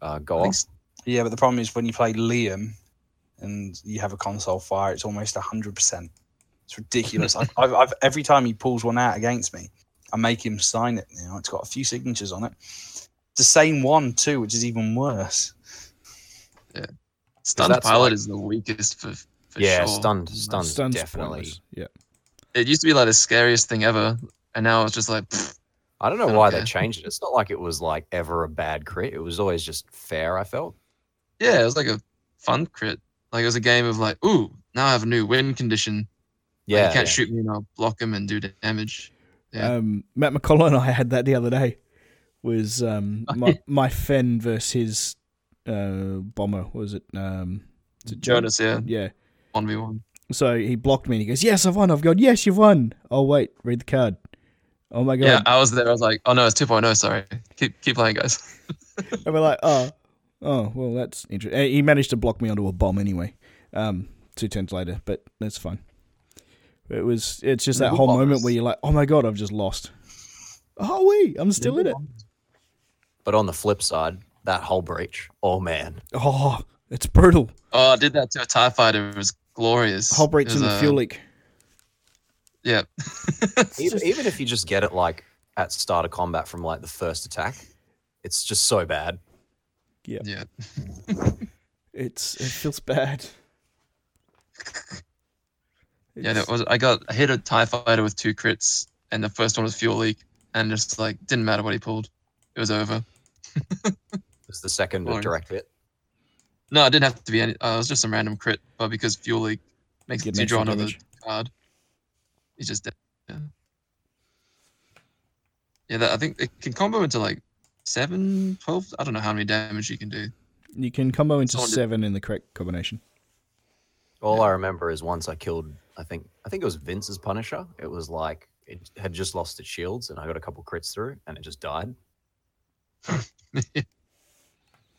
Speaker 3: uh, go
Speaker 4: I think
Speaker 3: off.
Speaker 4: s-
Speaker 2: Yeah, but the problem is when you play Liam and you have a console fire, it's almost hundred percent. It's ridiculous. I've, I've, I've every time he pulls one out against me, I make him sign it. Now it's got a few signatures on it. The same one too, which is even worse.
Speaker 4: Stunned
Speaker 3: that's
Speaker 4: pilot
Speaker 3: like-
Speaker 4: is the weakest for, for
Speaker 3: yeah,
Speaker 4: sure.
Speaker 3: stunned, stunned,
Speaker 1: Stun's
Speaker 3: definitely.
Speaker 1: pointless. Yeah.
Speaker 4: It used to be like the scariest thing ever, and now it's just like pfft,
Speaker 3: I don't know why they
Speaker 4: Okay.
Speaker 3: changed it. It's not like it was like ever a bad crit. It was always just fair. I felt.
Speaker 4: yeah, it was like a fun crit. Like it was a game of like, ooh, now I have a new win condition.
Speaker 3: Yeah,
Speaker 4: you can't shoot me, and I'll block him and do damage. Yeah.
Speaker 1: Um, Matt McCullough and I had that the other day. Was um,
Speaker 4: Oh,
Speaker 1: my my Fen versus his uh, bomber? Was it um, is it Jonas?
Speaker 4: Jonas, yeah,
Speaker 1: Yeah.
Speaker 4: one v one.
Speaker 1: So he blocked me and he goes, "Yes, I've won." I've gone, "Yes, you've won." Oh wait, read the card. Oh my god!
Speaker 4: Yeah, I was there. I was like, oh no, it's 2.0. Sorry, keep keep playing, guys.
Speaker 1: And we're like, "Oh, oh, well, that's interesting." He managed to block me onto a bomb anyway. Um, two turns later, but that's fine. It was. It's just that
Speaker 3: Little
Speaker 1: whole moment
Speaker 3: bombers.
Speaker 1: where you're like, "Oh my god, I've just lost." Oh wait, I'm still in it.
Speaker 3: But on the flip side, that whole breach. Oh man,
Speaker 1: Oh, it's brutal.
Speaker 4: Oh, I did that to a Tie Fighter. It was glorious.
Speaker 1: Whole
Speaker 4: It
Speaker 1: breach in
Speaker 4: was,
Speaker 1: the
Speaker 4: uh,
Speaker 1: fuel leak.
Speaker 4: Yeah,
Speaker 3: even,
Speaker 1: just-
Speaker 3: even if you just get it like at start of combat from like the first attack, it's just so bad.
Speaker 4: yeah.
Speaker 1: It's it feels bad.
Speaker 4: Yeah,
Speaker 1: It's-
Speaker 4: that was. I got I hit a Tie Fighter with two crits, and the first one was fuel leak, and just like didn't matter what he pulled, it was over.
Speaker 3: It's the second
Speaker 4: Right.
Speaker 3: direct hit.
Speaker 4: No, it didn't have to be any. Uh, it was just some random crit, but because fuel leak makes
Speaker 1: Get
Speaker 4: you
Speaker 1: extra
Speaker 4: draw another
Speaker 1: damage.
Speaker 4: card, it's just dead. Yeah, yeah that, I think it can combo into like seven, twelve. I don't know how many damage you can do.
Speaker 1: you can combo into
Speaker 4: Someone did-
Speaker 1: seven in the correct combination.
Speaker 3: All I remember is once I killed. I think I think it was Vince's Punisher. It was like it had just lost its shields, and I got a couple crits through, and it just died.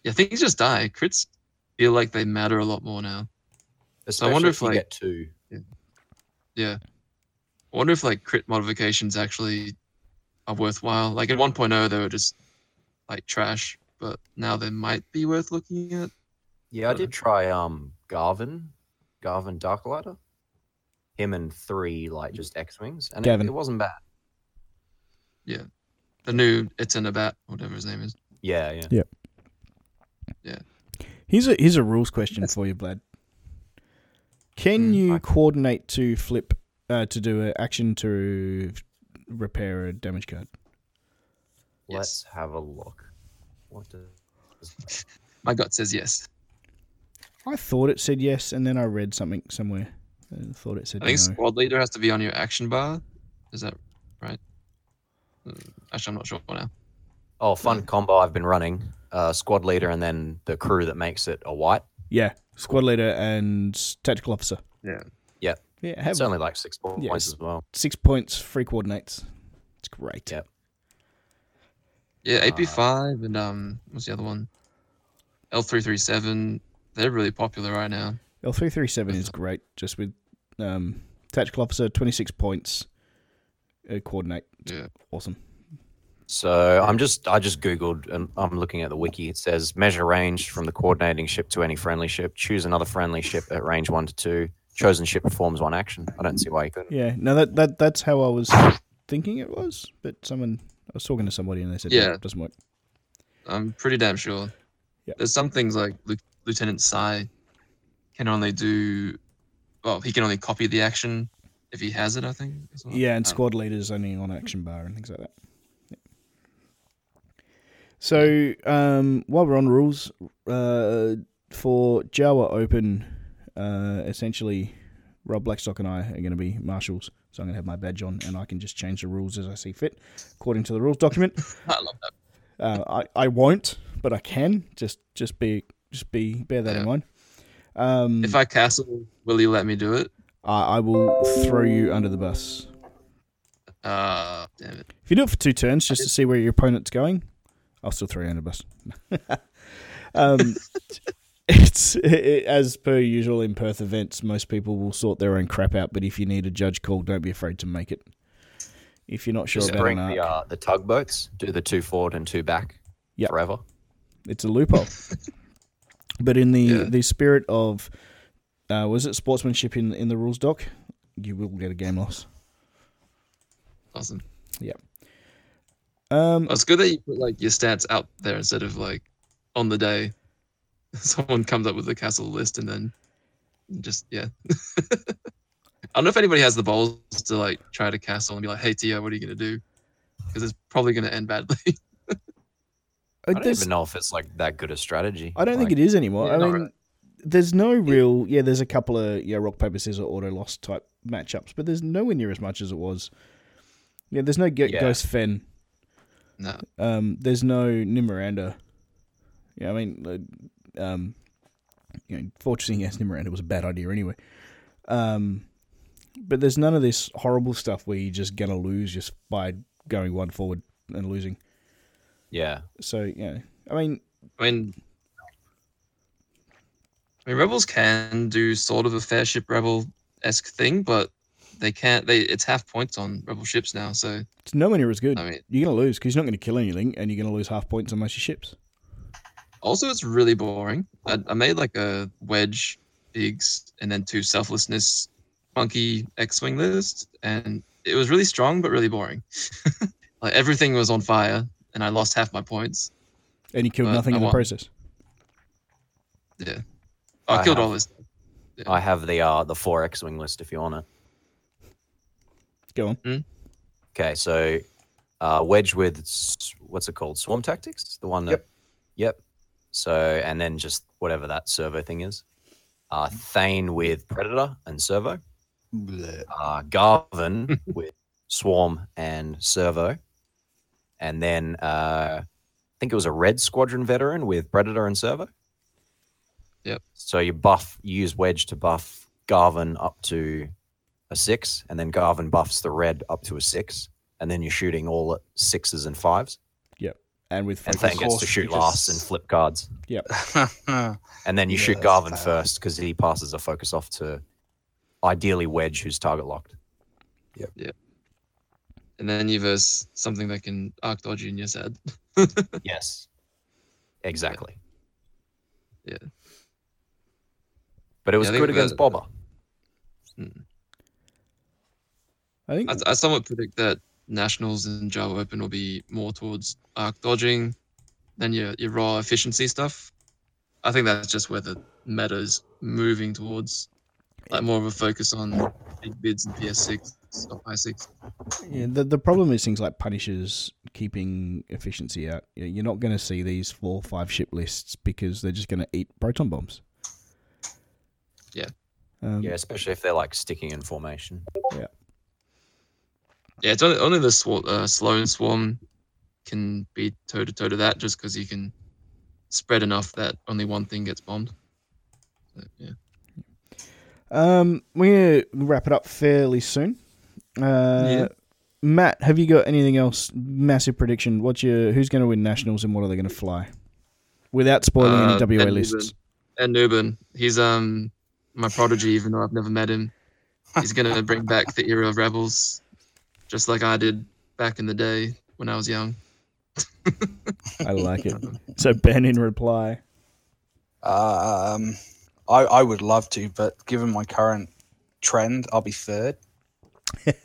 Speaker 4: Yeah, things just die. Crits feel like they matter a lot more now.
Speaker 3: Especially
Speaker 4: wonder
Speaker 3: if,
Speaker 4: if,
Speaker 3: you
Speaker 4: like-
Speaker 3: get two.
Speaker 4: Yeah. I wonder if like crit modifications actually are worthwhile. Like in 1.0, oh, they were just like trash, but now they might be worth looking at.
Speaker 3: Yeah, I
Speaker 4: Dunno.
Speaker 3: did try um Garvin, Garvin Darklighter, him and three like just X wings, and it,
Speaker 1: Gavin.
Speaker 3: it wasn't bad.
Speaker 4: The new It's in a Bat, whatever his name is.
Speaker 3: Yeah, yeah.
Speaker 1: Here's a here's a rules question for you, Blad. Can
Speaker 4: Mm,
Speaker 1: you
Speaker 3: I-
Speaker 1: coordinate to flip uh, to do an action to repair a damage card?
Speaker 3: Let's have a look. What does?
Speaker 4: My gut says yes.
Speaker 1: I thought it said yes, and then I read something somewhere. and thought it said
Speaker 4: I think
Speaker 1: no.
Speaker 4: squad leader has to be on your action bar. Is that right? Uh, Actually, I'm not sure now.
Speaker 3: Oh, fun combo I've been running. Uh, squad leader and then the crew that makes it a white.
Speaker 1: Yeah, squad leader and tactical officer.
Speaker 4: Yeah.
Speaker 3: Yeah.
Speaker 1: Yeah, have
Speaker 3: It's only like six po-
Speaker 1: Yeah,
Speaker 3: points
Speaker 1: it's-
Speaker 3: as well.
Speaker 1: six points, free coordinates. It's great.
Speaker 3: Yeah.
Speaker 4: Yeah,
Speaker 1: Ah.
Speaker 3: Uh,
Speaker 4: AP5 and um, what's the other one? L337. They're really popular right now.
Speaker 1: L three three seven is great, just with um, tactical officer twenty six points, uh, coordinate.
Speaker 4: Yeah.
Speaker 1: Awesome.
Speaker 3: So I'm just I just googled and I'm looking at the wiki. It says measure range from the coordinating ship to any friendly ship. Choose another friendly ship at range one to two. Chosen ship performs one action. I don't see why you couldn't.
Speaker 1: Yeah, no, that, that that's how I was thinking it was, but someone I was talking to somebody and they said,
Speaker 4: Yeah.
Speaker 1: "No, it doesn't work."
Speaker 4: I'm pretty damn sure.
Speaker 1: Yeah.
Speaker 4: There's some things like Lu- Lieutenant Sai can only do, well, he can only copy the action if he has it, I think. as well.
Speaker 1: Yeah, and
Speaker 4: Um,
Speaker 1: squad leaders only on action bar and things like that. Yeah. So um, while we're on rules uh, for Jawa Open, uh, essentially Rob Blackstock and I are going to be marshals, so I'm going to have my badge on and I can just change the rules as I see fit, according to the rules document.
Speaker 4: I love that.
Speaker 1: Uh, I I won't, but I can. Just just be just be bear that in
Speaker 4: Yeah.
Speaker 1: mind. Um,
Speaker 4: If I castle, will you let me do it?
Speaker 1: I, I will throw you under the bus.
Speaker 4: Uh, damn it.
Speaker 1: If you do it for two turns just to see where your opponent's going, I'll still throw you under the bus. um, it's it, it- as per usual in Perth events, most people will sort their own crap out. But if you need a judge call, don't be afraid to make it. If you're not sure
Speaker 3: Just
Speaker 1: about
Speaker 3: bring
Speaker 1: an arc,
Speaker 3: the uh, the tugboats, do the two forward and two back
Speaker 1: Yep.
Speaker 3: forever.
Speaker 1: it's a loophole. but in the
Speaker 4: Yeah.
Speaker 1: the spirit of uh, was it sportsmanship in in the rules doc, you will get a game loss.
Speaker 4: Awesome.
Speaker 1: Um,
Speaker 4: Well, it's good that you put like your stats out there instead of like on the day. Someone comes up with a castle list and then just yeah. I don't know if anybody has the balls to like try to castle and be like, "Hey, Tio, what are you gonna do?" Because it's probably gonna end badly.
Speaker 1: I uh,
Speaker 3: I don't even know if it's like that good a strategy.
Speaker 1: I don't think it is anymore.
Speaker 4: Yeah,
Speaker 1: I
Speaker 4: not
Speaker 1: mean,
Speaker 4: really.
Speaker 1: there's no real. Yeah, there's a couple of yeah rock paper scissors auto loss type matchups, but there's nowhere near as much as it was. Yeah, there's no Ge-
Speaker 3: Yeah.
Speaker 1: Ghost Fen.
Speaker 4: no,
Speaker 1: Um, there's no Nimoranda. Yeah, I mean, uh, um, you know, fortressing against Nimoranda was a bad idea anyway. Um, but there's none of this horrible stuff where you're just gonna lose just by going one forward and losing.
Speaker 3: Yeah.
Speaker 1: So yeah, I mean,
Speaker 4: I mean, I mean, rebels can do sort of a fair ship rebel esque thing, but they can't. They it's half points on rebel ships now, so
Speaker 1: it's nowhere near as good.
Speaker 4: I mean,
Speaker 1: You're gonna lose because you're not gonna kill anything, and you're gonna lose half points on most of your ships.
Speaker 4: Also, it's really boring. I, I made like a wedge, bigs, and then two selflessness, funky X wing list, and it was really strong but really boring. like everything was on fire, and I lost half my points.
Speaker 1: And you killed
Speaker 4: But
Speaker 1: nothing
Speaker 4: I
Speaker 1: in the
Speaker 4: won.
Speaker 1: process.
Speaker 4: Oh, I,
Speaker 3: I
Speaker 4: killed
Speaker 3: have-
Speaker 4: all this.
Speaker 3: I have the uh the four X wing list if you want it.
Speaker 1: Go on.
Speaker 3: Okay, so uh, wedge with s- what's it called? Swarm tactics, the one that. Yep. So and then just whatever that servo thing is. Uh, Thane with predator and servo.
Speaker 2: Bleh.
Speaker 3: Uh, Garvin with swarm and servo, and then uh, I think it was a red squadron veteran with predator and servo.
Speaker 4: Yep.
Speaker 3: So you buff, you use wedge to buff Garvin up to a six, and then Garvin buffs the red up to a six, and then you're shooting all at sixes and fives,
Speaker 1: And with
Speaker 3: and
Speaker 1: focus.
Speaker 3: Thane gets
Speaker 2: course,
Speaker 3: to shoot
Speaker 2: because-
Speaker 3: last and flip cards, and then you
Speaker 2: Yeah,
Speaker 3: shoot
Speaker 2: that's
Speaker 3: Garvin
Speaker 2: bad.
Speaker 3: first because he passes a focus off to ideally wedge who's target locked.
Speaker 4: And then you verse something that can arc dodge you in your head.
Speaker 3: Yes. Exactly.
Speaker 4: Yeah.
Speaker 3: But it was
Speaker 4: Yeah, I think
Speaker 3: good
Speaker 4: the-
Speaker 3: against Bobber.
Speaker 1: I think
Speaker 4: I, I somewhat predict that nationals and Java Open will be more towards arc dodging than your, your raw efficiency stuff. I think that's just where the meta's moving towards, like more of a focus on big bids and PS6 or i6.
Speaker 1: yeah, the, the problem is things like Punishers keeping efficiency out. You- You're not going to see these four or five ship lists because they're just going to eat proton bombs.
Speaker 4: Yeah.
Speaker 1: Um,
Speaker 3: Yeah, especially if they're like sticking in formation.
Speaker 4: Yeah, it's only, only the swa- uh, Sloan Swarm can be toe to toe to that just because you can spread enough that only one thing gets bombed. So, yeah.
Speaker 1: Um, we're going to wrap it up fairly soon. Uh,
Speaker 4: Yeah.
Speaker 1: Matt, have you got anything else? Massive prediction. What's your who's going to win nationals and what are they going to fly? Without spoiling
Speaker 4: Uh,
Speaker 1: any WA
Speaker 4: Ben
Speaker 1: lists.
Speaker 4: And Nubin, he's um my prodigy, even though I've never met him. He's gonna bring back the era of rebels, just like I did back in the day when I was young.
Speaker 1: I like it. So Ben in reply.
Speaker 2: Um, I, I would love to, but given my current trend, I'll be third.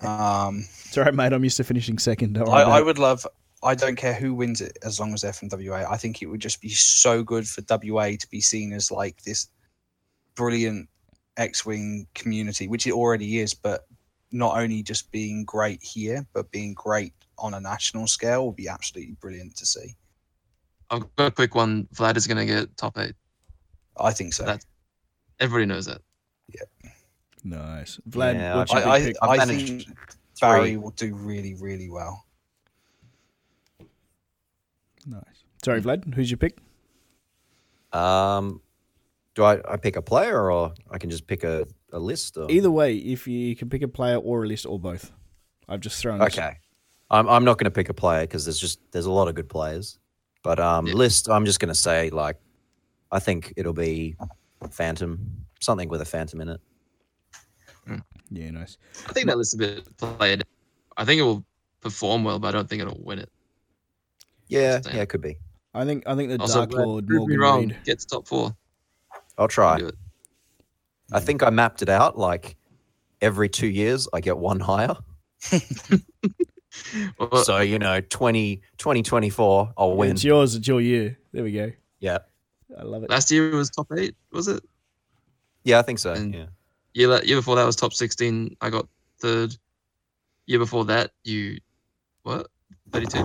Speaker 2: um,
Speaker 1: It's all right, mate. I'm used to finishing second. Don't worry
Speaker 2: I,
Speaker 1: about
Speaker 2: I
Speaker 1: it.
Speaker 2: would love. I don't care who wins it as long as they're from WA. I think it would just be so good for WA to be seen as like this brilliant X-wing community, which it already is, but not only just being great here, but being great on a national scale would be absolutely brilliant to see.
Speaker 4: I've got a quick one. Vlad is gonna get top eight.
Speaker 2: I think so.
Speaker 4: That's- Everybody knows that.
Speaker 1: Nice, Vlad.
Speaker 3: Yeah,
Speaker 1: what's
Speaker 2: I,
Speaker 1: your
Speaker 2: I,
Speaker 1: big pick?
Speaker 2: I,
Speaker 3: I've
Speaker 2: think
Speaker 3: managed
Speaker 2: Barry will do really, really well.
Speaker 1: nice. Sorry, Vlad. Who's your pick?
Speaker 3: Um, do I, I pick a player or I can just pick a, a list? Or...
Speaker 1: Oh. Either way, if you can pick a player or a list or both, I've just thrown. this-
Speaker 3: Okay. I'm, I'm not going to pick a player because there's just there's a lot of good players. But um,
Speaker 4: Yeah.
Speaker 3: list, I'm just going to say like I think it'll be Phantom, something with a Phantom in it.
Speaker 1: Yeah, nice.
Speaker 4: I think that list a bit played. I think it will perform well, but I don't think it'll win it.
Speaker 3: Yeah,
Speaker 4: Interesting.
Speaker 3: yeah, it could be.
Speaker 1: I think I think the
Speaker 4: Also,
Speaker 1: Dark Lord
Speaker 4: Prove me
Speaker 1: Morgan
Speaker 4: wrong.
Speaker 1: Reed.
Speaker 4: Gets top four.
Speaker 3: I'll try.
Speaker 4: Do it.
Speaker 3: I think I mapped it out like every two years I get one higher.
Speaker 4: Well,
Speaker 3: so you know 20, 2024 I'll win.
Speaker 1: It's yours. It's your year. There we go.
Speaker 3: Yeah,
Speaker 1: I love it.
Speaker 4: last year it was top eight, was it?
Speaker 3: yeah, I think so.
Speaker 4: And-
Speaker 3: yeah,
Speaker 4: Year, la- year before that was top 16. I got third. Year before that, you. What? 32?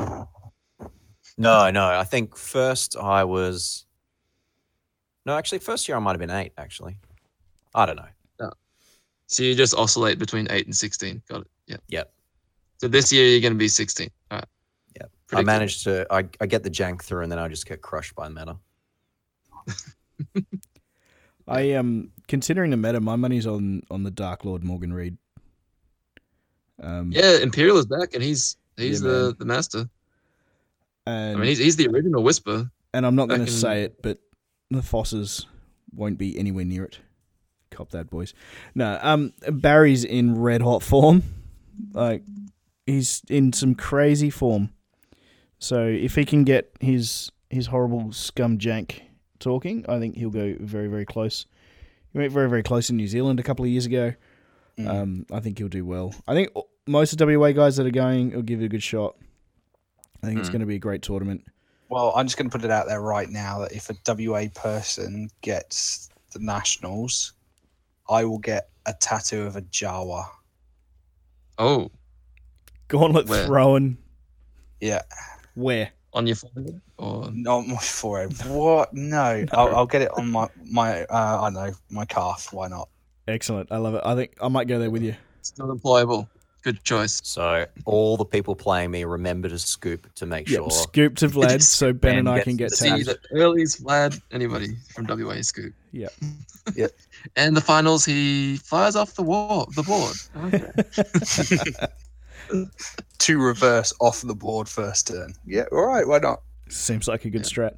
Speaker 3: no, no, I think first I was. No, actually, first year I might have been eight. Actually, I don't know.
Speaker 4: So you just oscillate between 8 and 16. Got it. Yeah.
Speaker 3: Yep.
Speaker 4: So this year you're going to be 16. All right.
Speaker 3: Yep. I
Speaker 4: Predicted.
Speaker 3: managed to. I, I get the jank through, and then I just get crushed by meta.
Speaker 1: I um considering the meta, my money's on on the Dark Lord Morgan Reed. Um,
Speaker 4: Yeah, Imperial is back and he's he's
Speaker 1: Yeah,
Speaker 4: the,
Speaker 1: man.
Speaker 4: the master. I
Speaker 1: and
Speaker 4: mean, he's, he's the original Whisper.
Speaker 1: and I'm not
Speaker 4: I
Speaker 1: going to
Speaker 4: can-
Speaker 1: say it, but the Fosses won't be anywhere near it. Cop that, boys. No, um, Barry's in red hot form. Like he's in some crazy form. So if he can get his his horrible scum jank talking, I think he'll go very very close. He went very very close in New Zealand a couple of years ago.
Speaker 2: Mm.
Speaker 1: Um, I think he'll do well. I think most of the WA guys that are going will give it a good shot. I think it's
Speaker 3: Mm.
Speaker 1: going to be a great tournament.
Speaker 2: Well, I'm just going to put it out there right now that if a WA person gets the nationals, I will get a tattoo of a Jawa.
Speaker 4: Oh,
Speaker 1: Gauntlet
Speaker 4: Where?
Speaker 1: throwing.
Speaker 2: Yeah,
Speaker 1: Where?
Speaker 4: on your phone? Oh, Or
Speaker 2: not my forehead. What? No, I'll, I'll get it on my my. Uh, I know my calf. Why not?
Speaker 1: Excellent. I love it. I think I might go there with you.
Speaker 4: still employable. Good choice.
Speaker 3: So all the people playing me remember to scoop to make
Speaker 1: Yep.
Speaker 3: sure.
Speaker 1: Scoop to Vlad so Ben and
Speaker 3: Ben
Speaker 1: I
Speaker 3: gets
Speaker 1: can get
Speaker 3: to
Speaker 4: See
Speaker 1: tagged.
Speaker 4: the earliest Vlad, anybody from WA Scoop.
Speaker 1: Yeah.
Speaker 2: Yeah.
Speaker 4: And the finals, he flies off the wall, the board. Okay.
Speaker 2: Two reverse off the board first turn. Yeah, all right. Why not?
Speaker 1: Seems like a good strat.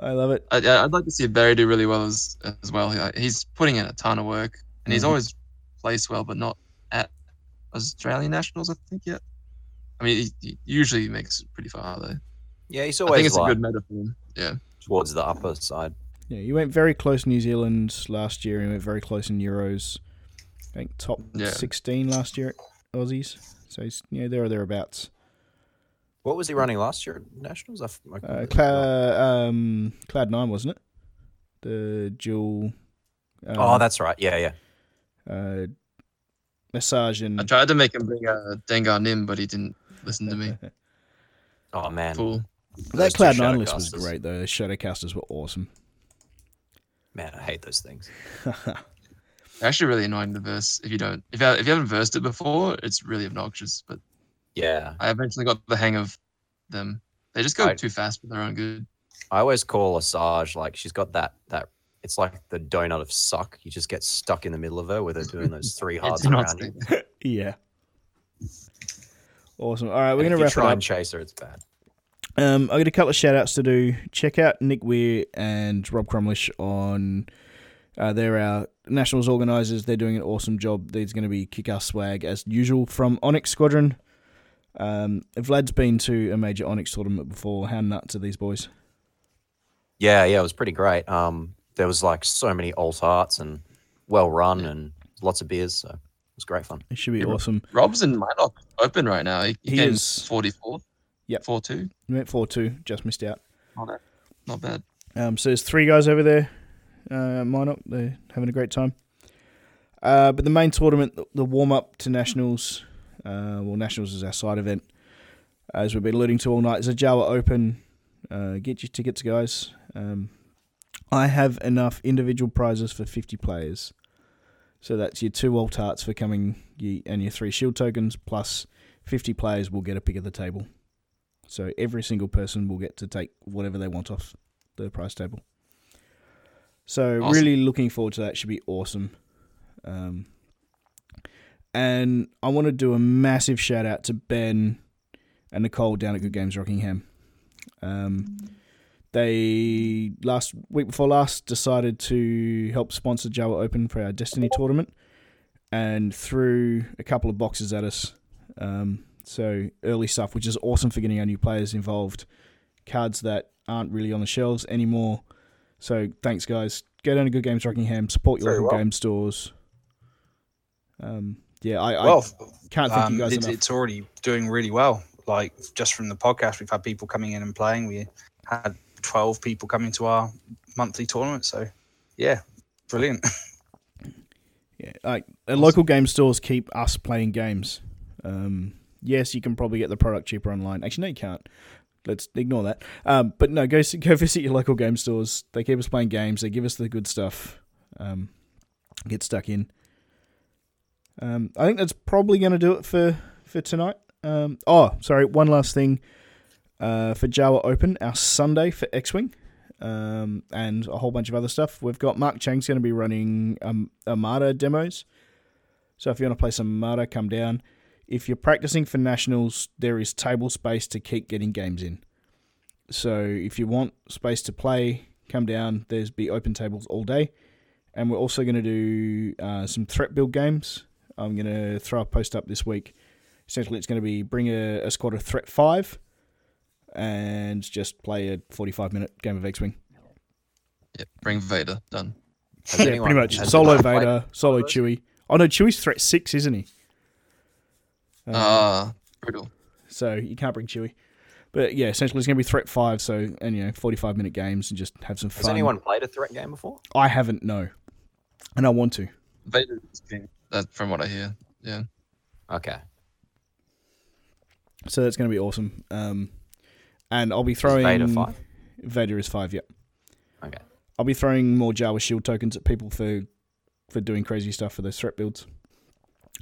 Speaker 1: I love it.
Speaker 4: I, I- I'd like to see Barry do really well as as well. He- like, He's putting in a ton of work, and he's
Speaker 2: Mhm.
Speaker 4: always placed well, but not at Australian nationals, I think yet. I mean, he, he usually makes it pretty far though.
Speaker 3: yeah, he's
Speaker 4: I think
Speaker 3: always
Speaker 4: it's a
Speaker 3: like
Speaker 4: good metaphor. Yeah,
Speaker 3: towards the upper side.
Speaker 1: Yeah, you went very close New Zealand last year and went very close in Euros. I think top
Speaker 4: Yeah.
Speaker 1: 16 last year at Aussies. So he's yeah, there or thereabouts.
Speaker 3: What was he running last year at nationals? I f- I
Speaker 1: Uh,
Speaker 3: completely forgot.
Speaker 1: Cloud, um, Cloud 9, wasn't it? The dual. Um,
Speaker 3: oh, that's right. Yeah, yeah.
Speaker 1: Uh, massage and.
Speaker 4: I tried to make him bring uh, Dengar Nim, but he didn't listen to me.
Speaker 3: Oh man,
Speaker 4: Cool.
Speaker 3: Those
Speaker 1: That
Speaker 3: two
Speaker 1: Cloud Nine list was
Speaker 3: Shadowcasters.
Speaker 1: great though. The Shadowcasters were awesome.
Speaker 3: man, I hate those things.
Speaker 4: Actually, really annoying to verse if you don't if you, if you haven't versed it before, it's really obnoxious. But
Speaker 3: Yeah,
Speaker 4: I eventually got the hang of them. They just go
Speaker 3: Right.
Speaker 4: too fast for their own good.
Speaker 3: I always call Asajj like she's got that that. It's like the donut of suck. You just get stuck in the middle of her with her doing those three
Speaker 4: It's
Speaker 3: hards
Speaker 4: not
Speaker 3: around you.
Speaker 4: stable.
Speaker 1: yeah. Awesome. All right, we're
Speaker 3: And
Speaker 1: going to
Speaker 3: if you
Speaker 1: wrap it
Speaker 3: try
Speaker 1: up.
Speaker 3: and chase her. It's bad.
Speaker 1: Um, I got a couple of shout outs to do. Check out Nick Weir and Rob Crumlish on. Uh, they're our nationals organisers. They're doing an awesome job. There's going to be kick ass swag as usual from Onyx Squadron. Um, Vlad's been to a major Onyx tournament before. How nuts are these boys?
Speaker 3: Yeah, yeah, it was pretty great. Um, there was like so many alt arts and well run and lots of beers. So it was great fun.
Speaker 1: It should be
Speaker 4: Yeah, Rob.
Speaker 1: awesome.
Speaker 4: Rob's in Minot open right now. He, he,
Speaker 1: He
Speaker 4: came
Speaker 1: is.
Speaker 4: 44.
Speaker 1: Yep.
Speaker 4: 4 2.
Speaker 1: We went 4 2, just missed out.
Speaker 4: Oh, Not bad.
Speaker 1: Um, so there's three guys over there, uh, Minot. They're having a great time. Uh, but the main tournament, the- the warm up to nationals, uh, well, nationals is our side event, as we've been alluding to all night. Is a Jawa Open. Uh, get your tickets, guys. Um, I have enough individual prizes for 50 players. So that's your two alt arts for coming ye- and your three shield tokens, plus 50 players will get a pick of the table. So every single person will get to take whatever they want off the price table. So
Speaker 4: Awesome.
Speaker 1: really looking forward to that. Should be awesome. Um, and I want to do a massive shout out to Ben and Nicole down at Good Games Rockingham. Um, They last week before last decided to help sponsor Java Open for our Destiny tournament, and threw a couple of boxes at us. Um, so early stuff, which is awesome for getting our new players involved. Cards that aren't really on the shelves anymore. So thanks, guys. Go down to Good Games Rockingham. Support your
Speaker 2: Very
Speaker 1: local
Speaker 2: well.
Speaker 1: game stores. Um, yeah, I, I
Speaker 2: Well,
Speaker 1: can't thank you
Speaker 2: um,
Speaker 1: guys
Speaker 2: it's,
Speaker 1: enough.
Speaker 2: it's already doing really well. Like just from the podcast, we've had people coming in and playing. We had twelve people coming to our monthly tournament. So, yeah, brilliant.
Speaker 1: Yeah, like and local game stores keep us playing games. Um, yes, you can probably get the product cheaper online. Actually, no, you can't. Let's ignore that. Um, but no, go s- go visit your local game stores. They keep us playing games. They give us the good stuff. Um, get stuck in. Um, I think that's probably going to do it for for tonight. Um, oh, sorry, one last thing. Uh, for Jawa Open, our Sunday for X Wing, um, and a whole bunch of other stuff. We've got Mark Chang's going to be running um, Armada demos. So if you want to play some Armada, come down. If you're practicing for nationals, there is table space to keep getting games in. So if you want space to play, come down. There's be open tables all day, and we're also going to do uh, some threat build games. I'm going to throw a post up this week. Essentially, it's going to be bring a, a squad of threat five, and just play a 45 minute game of X-wing.
Speaker 4: Yeah, bring Vader. Done.
Speaker 3: Has
Speaker 1: Yeah,
Speaker 3: anyone-
Speaker 1: pretty much.
Speaker 3: has
Speaker 1: Solo
Speaker 3: anyone played-
Speaker 1: Vader, Solo Chewie. Oh no, Chewie's threat six, isn't he? Um,
Speaker 4: Ah, brutal.
Speaker 1: so you can't bring Chewie. But yeah, essentially it's going to be threat five. So and you know, forty-five minute games and just have some
Speaker 3: Has
Speaker 1: fun.
Speaker 3: anyone played a threat game before?
Speaker 1: I haven't no, and I want to.
Speaker 4: Vader is king. That from what I hear. Yeah.
Speaker 3: Okay.
Speaker 1: So that's going to be awesome. Um, and I'll be
Speaker 3: Is
Speaker 1: throwing
Speaker 3: Vader five.
Speaker 1: Vader is five. Yep.
Speaker 3: Okay.
Speaker 1: I'll be throwing more Jawa shield tokens at people for for doing crazy stuff for those threat builds.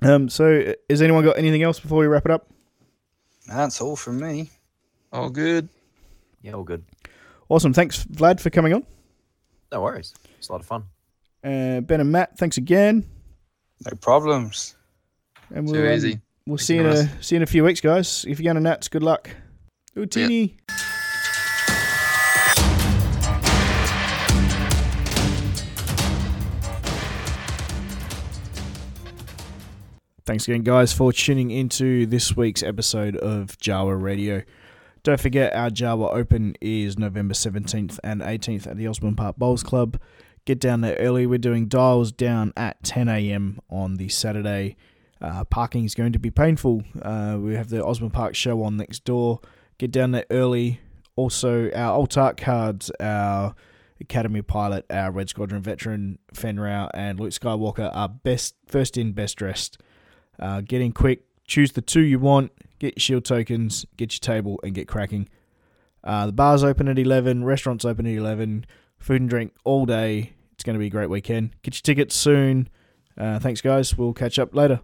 Speaker 1: Um, so has anyone got anything else before we wrap it up?
Speaker 2: That's all from me.
Speaker 4: All Oh, good.
Speaker 3: Yeah, all good.
Speaker 1: Awesome. Thanks, Vlad, for coming on.
Speaker 3: No worries. It's a lot of fun.
Speaker 1: Uh, ben and Matt, thanks again.
Speaker 2: No problems.
Speaker 1: And
Speaker 4: Too
Speaker 1: we'll, um,
Speaker 4: easy.
Speaker 1: We'll
Speaker 4: Thank
Speaker 1: see
Speaker 4: you,
Speaker 1: you in
Speaker 4: guys.
Speaker 1: a see you in a few weeks, guys. If you're going to Nats, good luck. Ooh,
Speaker 4: ya.
Speaker 1: teeny. Thanks again, guys, for tuning into this week's episode of Jawa Radio. Don't forget, our Jawa Open is November 17th and 18th at the Osborne Park Bowls Club. Get down there early. We're doing dials down at 10 a.m. on the Saturday. Uh, parking is going to be painful. Uh, we have the Osborne Park show on next door. Get down there early. Also, our Altark cards, our Academy pilot, our Red Squadron veteran, Fenrau, and Luke Skywalker are best first in, best dressed. Uh, get in quick, choose the two you want, get your shield tokens, get your table, and get cracking. Uh, the bar's open at 11, restaurants open at 11, food and drink all day. It's going to be a great weekend. Get your tickets soon. Uh, thanks, guys. We'll catch up later.